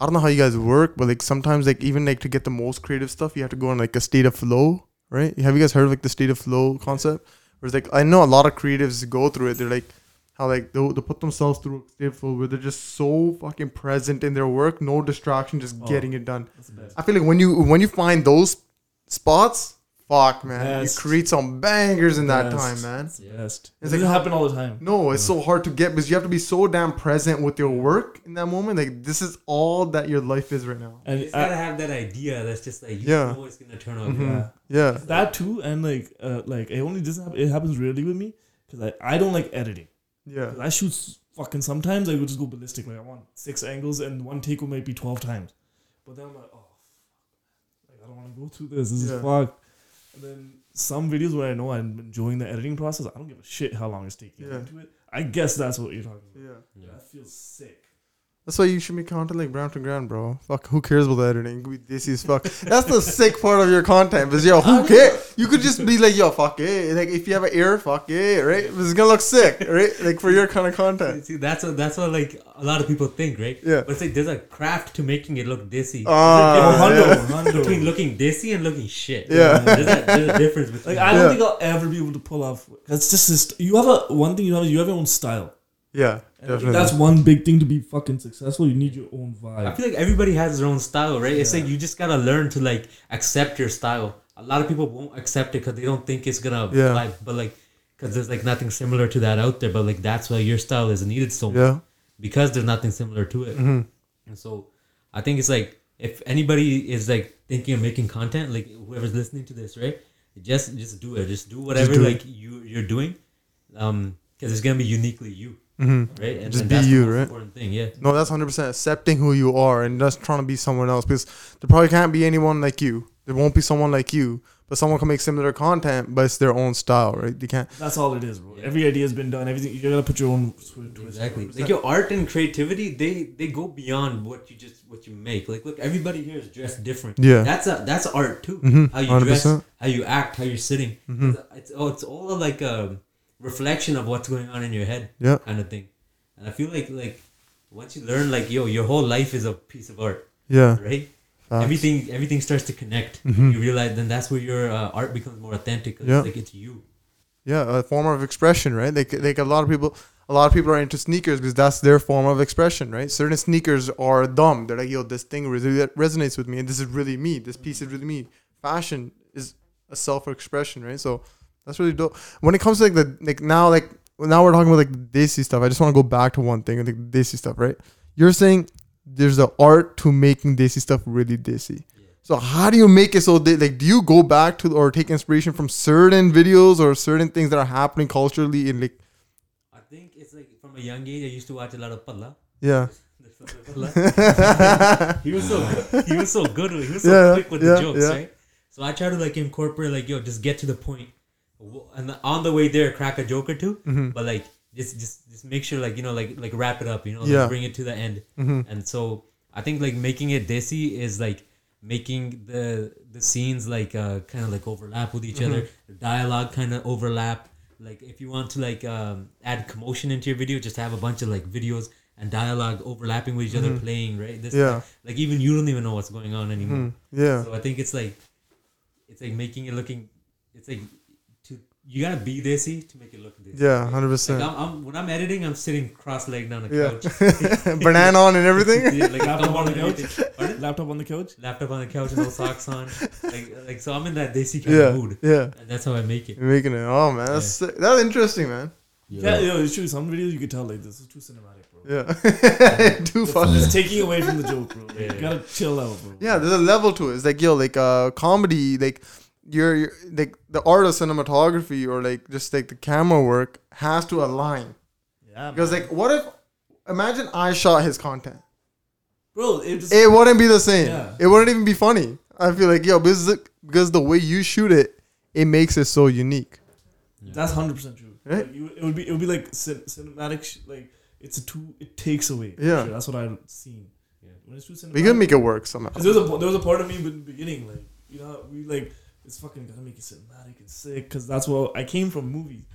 A: I don't know how you guys work, but like sometimes like even like to get the most creative stuff, you have to go in like a state of flow, right? Have you guys heard of like the state of flow concept? Where it's like I know a lot of creatives go through it. They're like how like they they put themselves through a state of flow where they're just so fucking present in their work, no distraction, just getting it done.
B: That's the best.
A: I feel like when you when you find those spots, fuck man,
B: Best.
A: you create some bangers in that
B: Best.
A: time, man.
B: It's the best.
A: It's
B: It
A: like-
B: doesn't happen all the time.
A: No, it's so hard to get because you have to be so damn present with your work in that moment. Like this is all that your life is right now.
D: You
B: And
D: just
B: I,
D: gotta have that idea that's just like you
A: Yeah.
D: know it's gonna turn out.
A: Mhm.
D: good.
B: yeah.
A: Yeah,
B: that too, and like uh, like it only doesn't happen. It happens rarely with me because I, I don't like editing.
A: yeah,
B: 'Cause I shoot s- fucking sometimes I would just go ballistic. Like I want six angles and one take will might be twelve times, but then I'm like, oh, fuck. like I don't want to go through this. This
A: Yeah.
B: is fucked. And then some videos where I know I'm enjoying the editing process, I don't give a shit how long it's taking
A: Yeah.
B: into it. I guess that's what you're talking about.
A: yeah.
B: That feels sick.
A: That's why you should be content like Brampton Grand, bro. Fuck, who cares about the editing? We this is fuck. That's the sick part of your content, because yo, who cares? You could just be like, yo, fuck it. Like if you have an ear, fuck it, right? But it's gonna look sick, right? Like for your kind of content.
D: See, that's what that's what like a lot of people think, right?
A: Yeah.
D: But it's like there's a craft to making it look dissy.
A: Ah,
B: Hundo,
A: yeah.
B: Hundo.
D: Between looking dissy and looking shit.
A: Yeah.
D: There's a, there's a difference between.
B: Like I don't
A: Yeah.
B: think I'll ever be able to pull off. That's just this. You have a one thing you have. is You have your own style.
A: Yeah,
B: And I think
A: definitely.
B: That's one big thing to be fucking successful. You need your own
D: I
B: vibe.
D: feel like everybody has their own style, right? It's like you just gotta learn to like accept your style. A lot of people won't accept it because they don't think it's gonna
A: Yeah.
D: vibe, but like because there's like nothing similar to that out there. But like that's why your style is needed so much
A: yeah,
D: because there's nothing similar to it.
A: Mm-hmm.
D: And so I think it's like if anybody is like thinking of making content, like whoever's listening to this, right? Just just do it. Just do whatever
A: do it.
D: like you you're doing, um, because it's gonna be uniquely you,
A: hmm
D: right? And,
A: Just
D: and
A: be
D: that's the
A: you,
D: most
A: right?
D: Important thing, yeah.
A: No, that's hundred percent accepting who you are and just trying to be someone else because there probably can't be anyone like you. There won't be someone like you, but someone can make similar content, but it's their own style, right? They can't.
B: That's all it is, bro.
D: Yeah.
B: Every idea's been done. Everything you gotta put your own sw- twist.
D: Exactly. Like your art and creativity, they they go beyond what you just what you make. Like look, everybody here is dressed different.
A: Yeah.
D: That's a that's art too.
A: Mhm,
D: How you dress,
A: 100%.
D: how you act, how you're sitting.
A: Mm-hmm.
D: It's, it's oh, it's all like a reflection of what's going on in your head,
A: Yeah,
D: kind of thing. And I feel like like once you learn, like yo, your whole life is a piece of art,
A: yeah,
D: right?
A: Facts. Mm-hmm.
D: Everything everything starts to connect. You realize then that's where your uh, art becomes more authentic. It's
A: Yeah.
D: Like it's you.
A: yeah. A form of expression, right? Like, like a lot of people, a lot of people are into sneakers because that's their form of expression, right? Certain sneakers are dumb. They're like, yo, this thing res- that resonates with me, and this is really me. This piece is really me. Fashion is a self-expression, right? So that's really dope. When it comes to like the like now like now we're talking about like the desi stuff. I just want to go back to one thing, like the desi stuff, right? You're saying there's an art to making desi stuff really desi. So how do you make it so they like do you go back to or take inspiration from certain videos or certain things that are happening culturally in like
D: I think it's like from a young age I used to watch a lot of palla.
A: yeah.
D: There's he was so good. he was so good. with- He was so
A: Yeah,
D: quick with
A: yeah,
D: the jokes,
A: yeah.
D: right? So I try to like incorporate like yo, just get to the point, W- and on the way there, crack a joke or 2
A: Mm-hmm.
D: But like just just just make sure like you know like like wrap it up, you know, like,
A: Yeah. Mm-hmm.
D: bring it to the end. And so I think like making it desi is like making the the scenes like uh kind of like overlap with each other,
A: Mm-hmm.
D: the dialogue kind of overlap. Like if you want to like um, add commotion into your video, just have a bunch of like videos and dialogue overlapping with each other,
A: Mm-hmm.
D: playing right. This
A: Yeah.
D: like even you don't even know what's going on anymore.
A: Hmm. Yeah.
D: So I think it's like it's like making it looking it's like to you gotta be desi to make it look desi.
A: Yeah, hundred
D: Like
A: percent.
D: I'm, I'm, when I'm editing, I'm sitting cross-legged on a
A: Yeah.
D: couch.
A: Banana on and everything.
D: Yeah, like
B: Laptop
D: I'm
B: on
D: on
B: the couch?
D: everything. Pardon?
B: Laptop on the couch.
D: Laptop on the couch, no socks on. Like, like so I'm in that desi kind
A: Yeah.
D: of mood,
A: Yeah.
D: and that's how I make it.
A: You're making it. Oh man, that's sick. that's interesting, man.
B: Yeah, yo, it's true. Some videos you could tell like this is too cinematic, bro.
A: Yeah. Too fucking.
B: It's taking away from the joke, bro. Like,
D: Yeah.
B: You gotta chill out, bro.
A: Yeah, there's a level to it. It's like yo, like uh, comedy, like your your- like the art of cinematography or like just like the camera work has to align.
B: yeah man.
A: Because like, what if? Imagine I shot his content.
B: bro. It just,
A: It wouldn't be the same.
B: Yeah.
A: It wouldn't even be funny. I feel like yo, because the- because the way you shoot it, it makes it so unique.
B: that's hundred percent true.
A: Right?
B: Like, you, it would be it would be like cin- cinematic. Sh- like it's a two. It takes away. for
A: Yeah.
B: sure. that's what I've seen. Yeah. When it's too cinematic,
A: We can make it work somehow.
B: 'Cause there was a there was a part of me in the beginning, like you know, we like it's fucking gotta make it cinematic and sick, cause that's what I came from movies.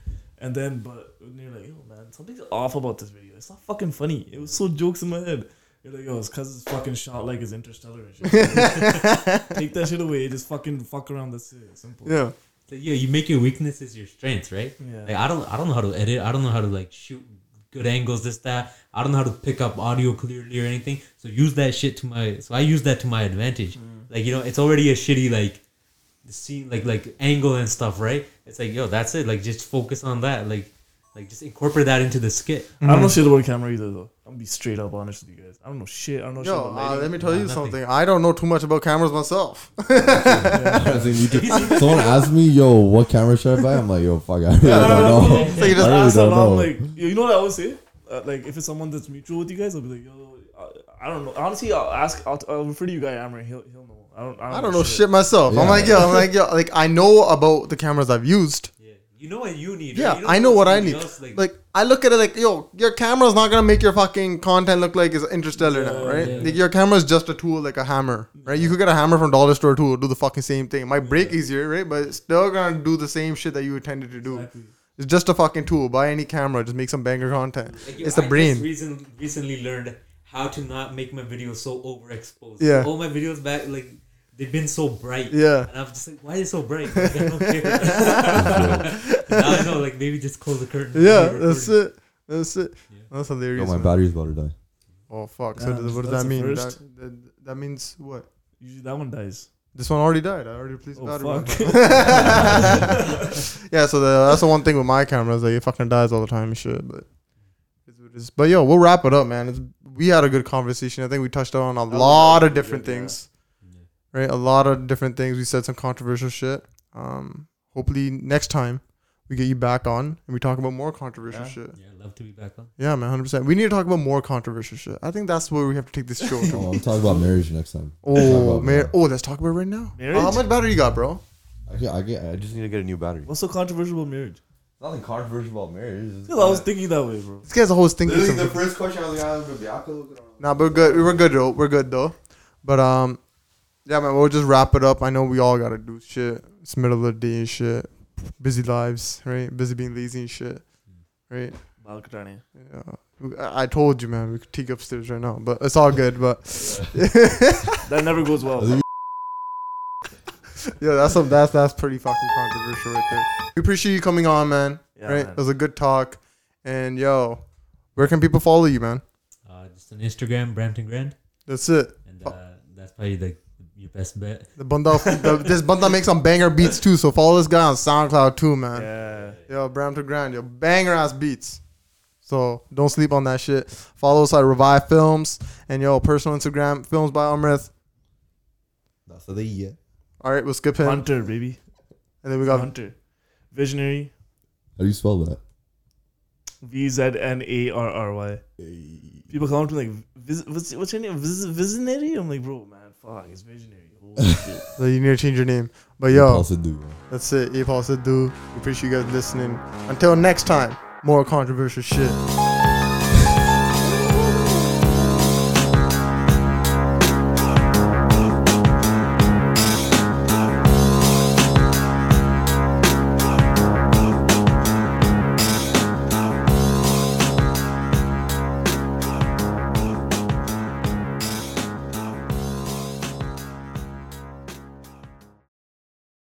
B: And then, but when you're like, yo, man, something's off about this video. It's not fucking funny. It was so jokes in my head. You're like, yo, it's cause it's fucking shot like it's interstellar and shit. Take that shit away. Just fucking fuck around. That's it. Simple.
A: Yeah,
D: So, yeah, you make your weaknesses your strengths, right?
B: Yeah.
D: Like I don't, I don't know how to edit. I don't know how to like shoot good angles, this that. I don't know how to pick up audio clearly or anything. So use that shit to my. So I use that to my advantage. Like you know, it's already a shitty like scene, like like angle and stuff, right? It's like yo, that's it. Like just focus on that. Like like just incorporate that into the skit.
B: I don't know
E: Mm.
B: shit about camera either, though. I'm gonna be straight up honest with you guys. I don't know shit. I don't know shit
A: yo,
B: about
A: uh,
B: lighting.
A: let me tell
D: Nah,
A: you
D: nothing.
A: something. I don't know too much about cameras myself.
E: As in YouTube. Someone asked me, "Yo, what camera should I buy?" I'm like, "Yo, fuck, I really don't know."
B: It's like you
E: I
B: just
E: really
B: ask
E: don't
B: them, I'm
E: know.
B: like, you you know what I always say? Uh, like, if it's someone that's mutual with you guys, I'll be like, yo, I, I don't know. Honestly, I'll ask, I'll, I'll refer to you guy, Amr. He'll, he'll know. I don't, I don't,
A: I don't know shit myself. I'm
E: Yeah.
A: like yo, I'm like yo, like I know about the cameras I've used.
D: Yeah, you know what you need. right?
A: Yeah,
D: You don't
A: I know what I
D: somebody
A: need.
D: else,
A: like, I look at it like, yo, your camera's not gonna make your fucking content look like it's interstellar now, right?
D: yeah.
A: Like your camera's just a tool, like a hammer, right? You could get a hammer from dollar store too, do the fucking same thing. It might break easier, right? But it's still gonna do the same shit that you intended to do. It's just a fucking tool. Buy any camera, just make some banger content.
D: Like, yo,
A: it's the
D: I
A: brain.
D: Just recent, recently learned how to not make my videos so overexposed.
A: Yeah.
D: All my videos back, like, they've been so bright.
A: Yeah.
D: And I'm just like, why is it so bright? Like, I don't care. now I know, like, maybe just close the curtain.
A: yeah, that's it. That's it. That's
E: Yo,
A: hilarious.
E: my
A: man.
E: battery's about to die.
A: Oh fuck! so
B: Damn,
A: th- what does
B: that's
A: that
B: a
A: mean? That,
B: first.
A: that, that means what?
B: Usually that one dies.
A: This one already died. I already replaced
B: Oh,
A: battery.
B: fuck.
A: yeah, so the, that's the one thing with my cameras that it fucking dies all the time and shit. But it's, what it is. but yo, we'll wrap it up, man. It's, we had a good conversation. I think we touched on a lot of different things, right? A lot of different things. We said some controversial shit. Um, hopefully next time we get you back on and we talk about more controversial
B: Yeah.
A: shit.
D: Yeah, I'd love to be back on.
A: Yeah, man, hundred percent. We need to talk about more controversial shit. I think that's where we have to take this show to.
E: Oh, I'm talking about marriage next time.
A: Oh
E: Talk about
A: man! Oh, let's talk about it right now.
B: Marriage?
A: How much battery you got, bro?
E: I, get- I, get, I just need to get a new battery.
B: What's so controversial about marriage?
E: Nothing controversial about marriage.
B: Because I was thinking that way, bro.
A: This guy's always thinking something.
E: first question I was like,
A: Nah, but we're good. We're good though. We're good though. But um, yeah, man, we'll just wrap it up. I know we all gotta do shit. It's middle of the day and shit. Busy lives, right? Busy being lazy and shit, right?
B: Balkatani.
A: Yeah. I I told you, man. We could take upstairs right now, but it's all good. But
B: That never goes well.
E: Are
A: yeah, that's some, that's that's pretty fucking controversial right there. We appreciate you coming on, man.
B: Yeah,
A: right?
B: man.
A: It was a good talk. And yo, where can people follow you, man?
D: Uh, just on Instagram, Brampton Grand.
A: That's it.
D: And uh, that's probably the, your best bet.
A: The bunda, the, this bunda makes some banger beats too. So follow this guy on SoundCloud too, man.
B: Yeah.
A: Yo, Brampton Grand, yo, banger ass beats. So don't sleep on that shit. Follow us at Revive Films and yo, personal Instagram, Films by Amrith.
E: That's the yeah.
A: All right, we'll skip him,
B: Hunter, baby.
A: and then we got
B: Hunter. Visionary.
E: How do you spell that?
B: V Z N A R R Y. People come up to me like Vis- what's, what's your name? Vis- visionary? I'm like, bro, man, fuck, it's visionary. Holy shit.
A: So you need to change your name. But yo, that's it. Apal Sidhu. We appreciate you guys listening. Until next time, more controversial shit.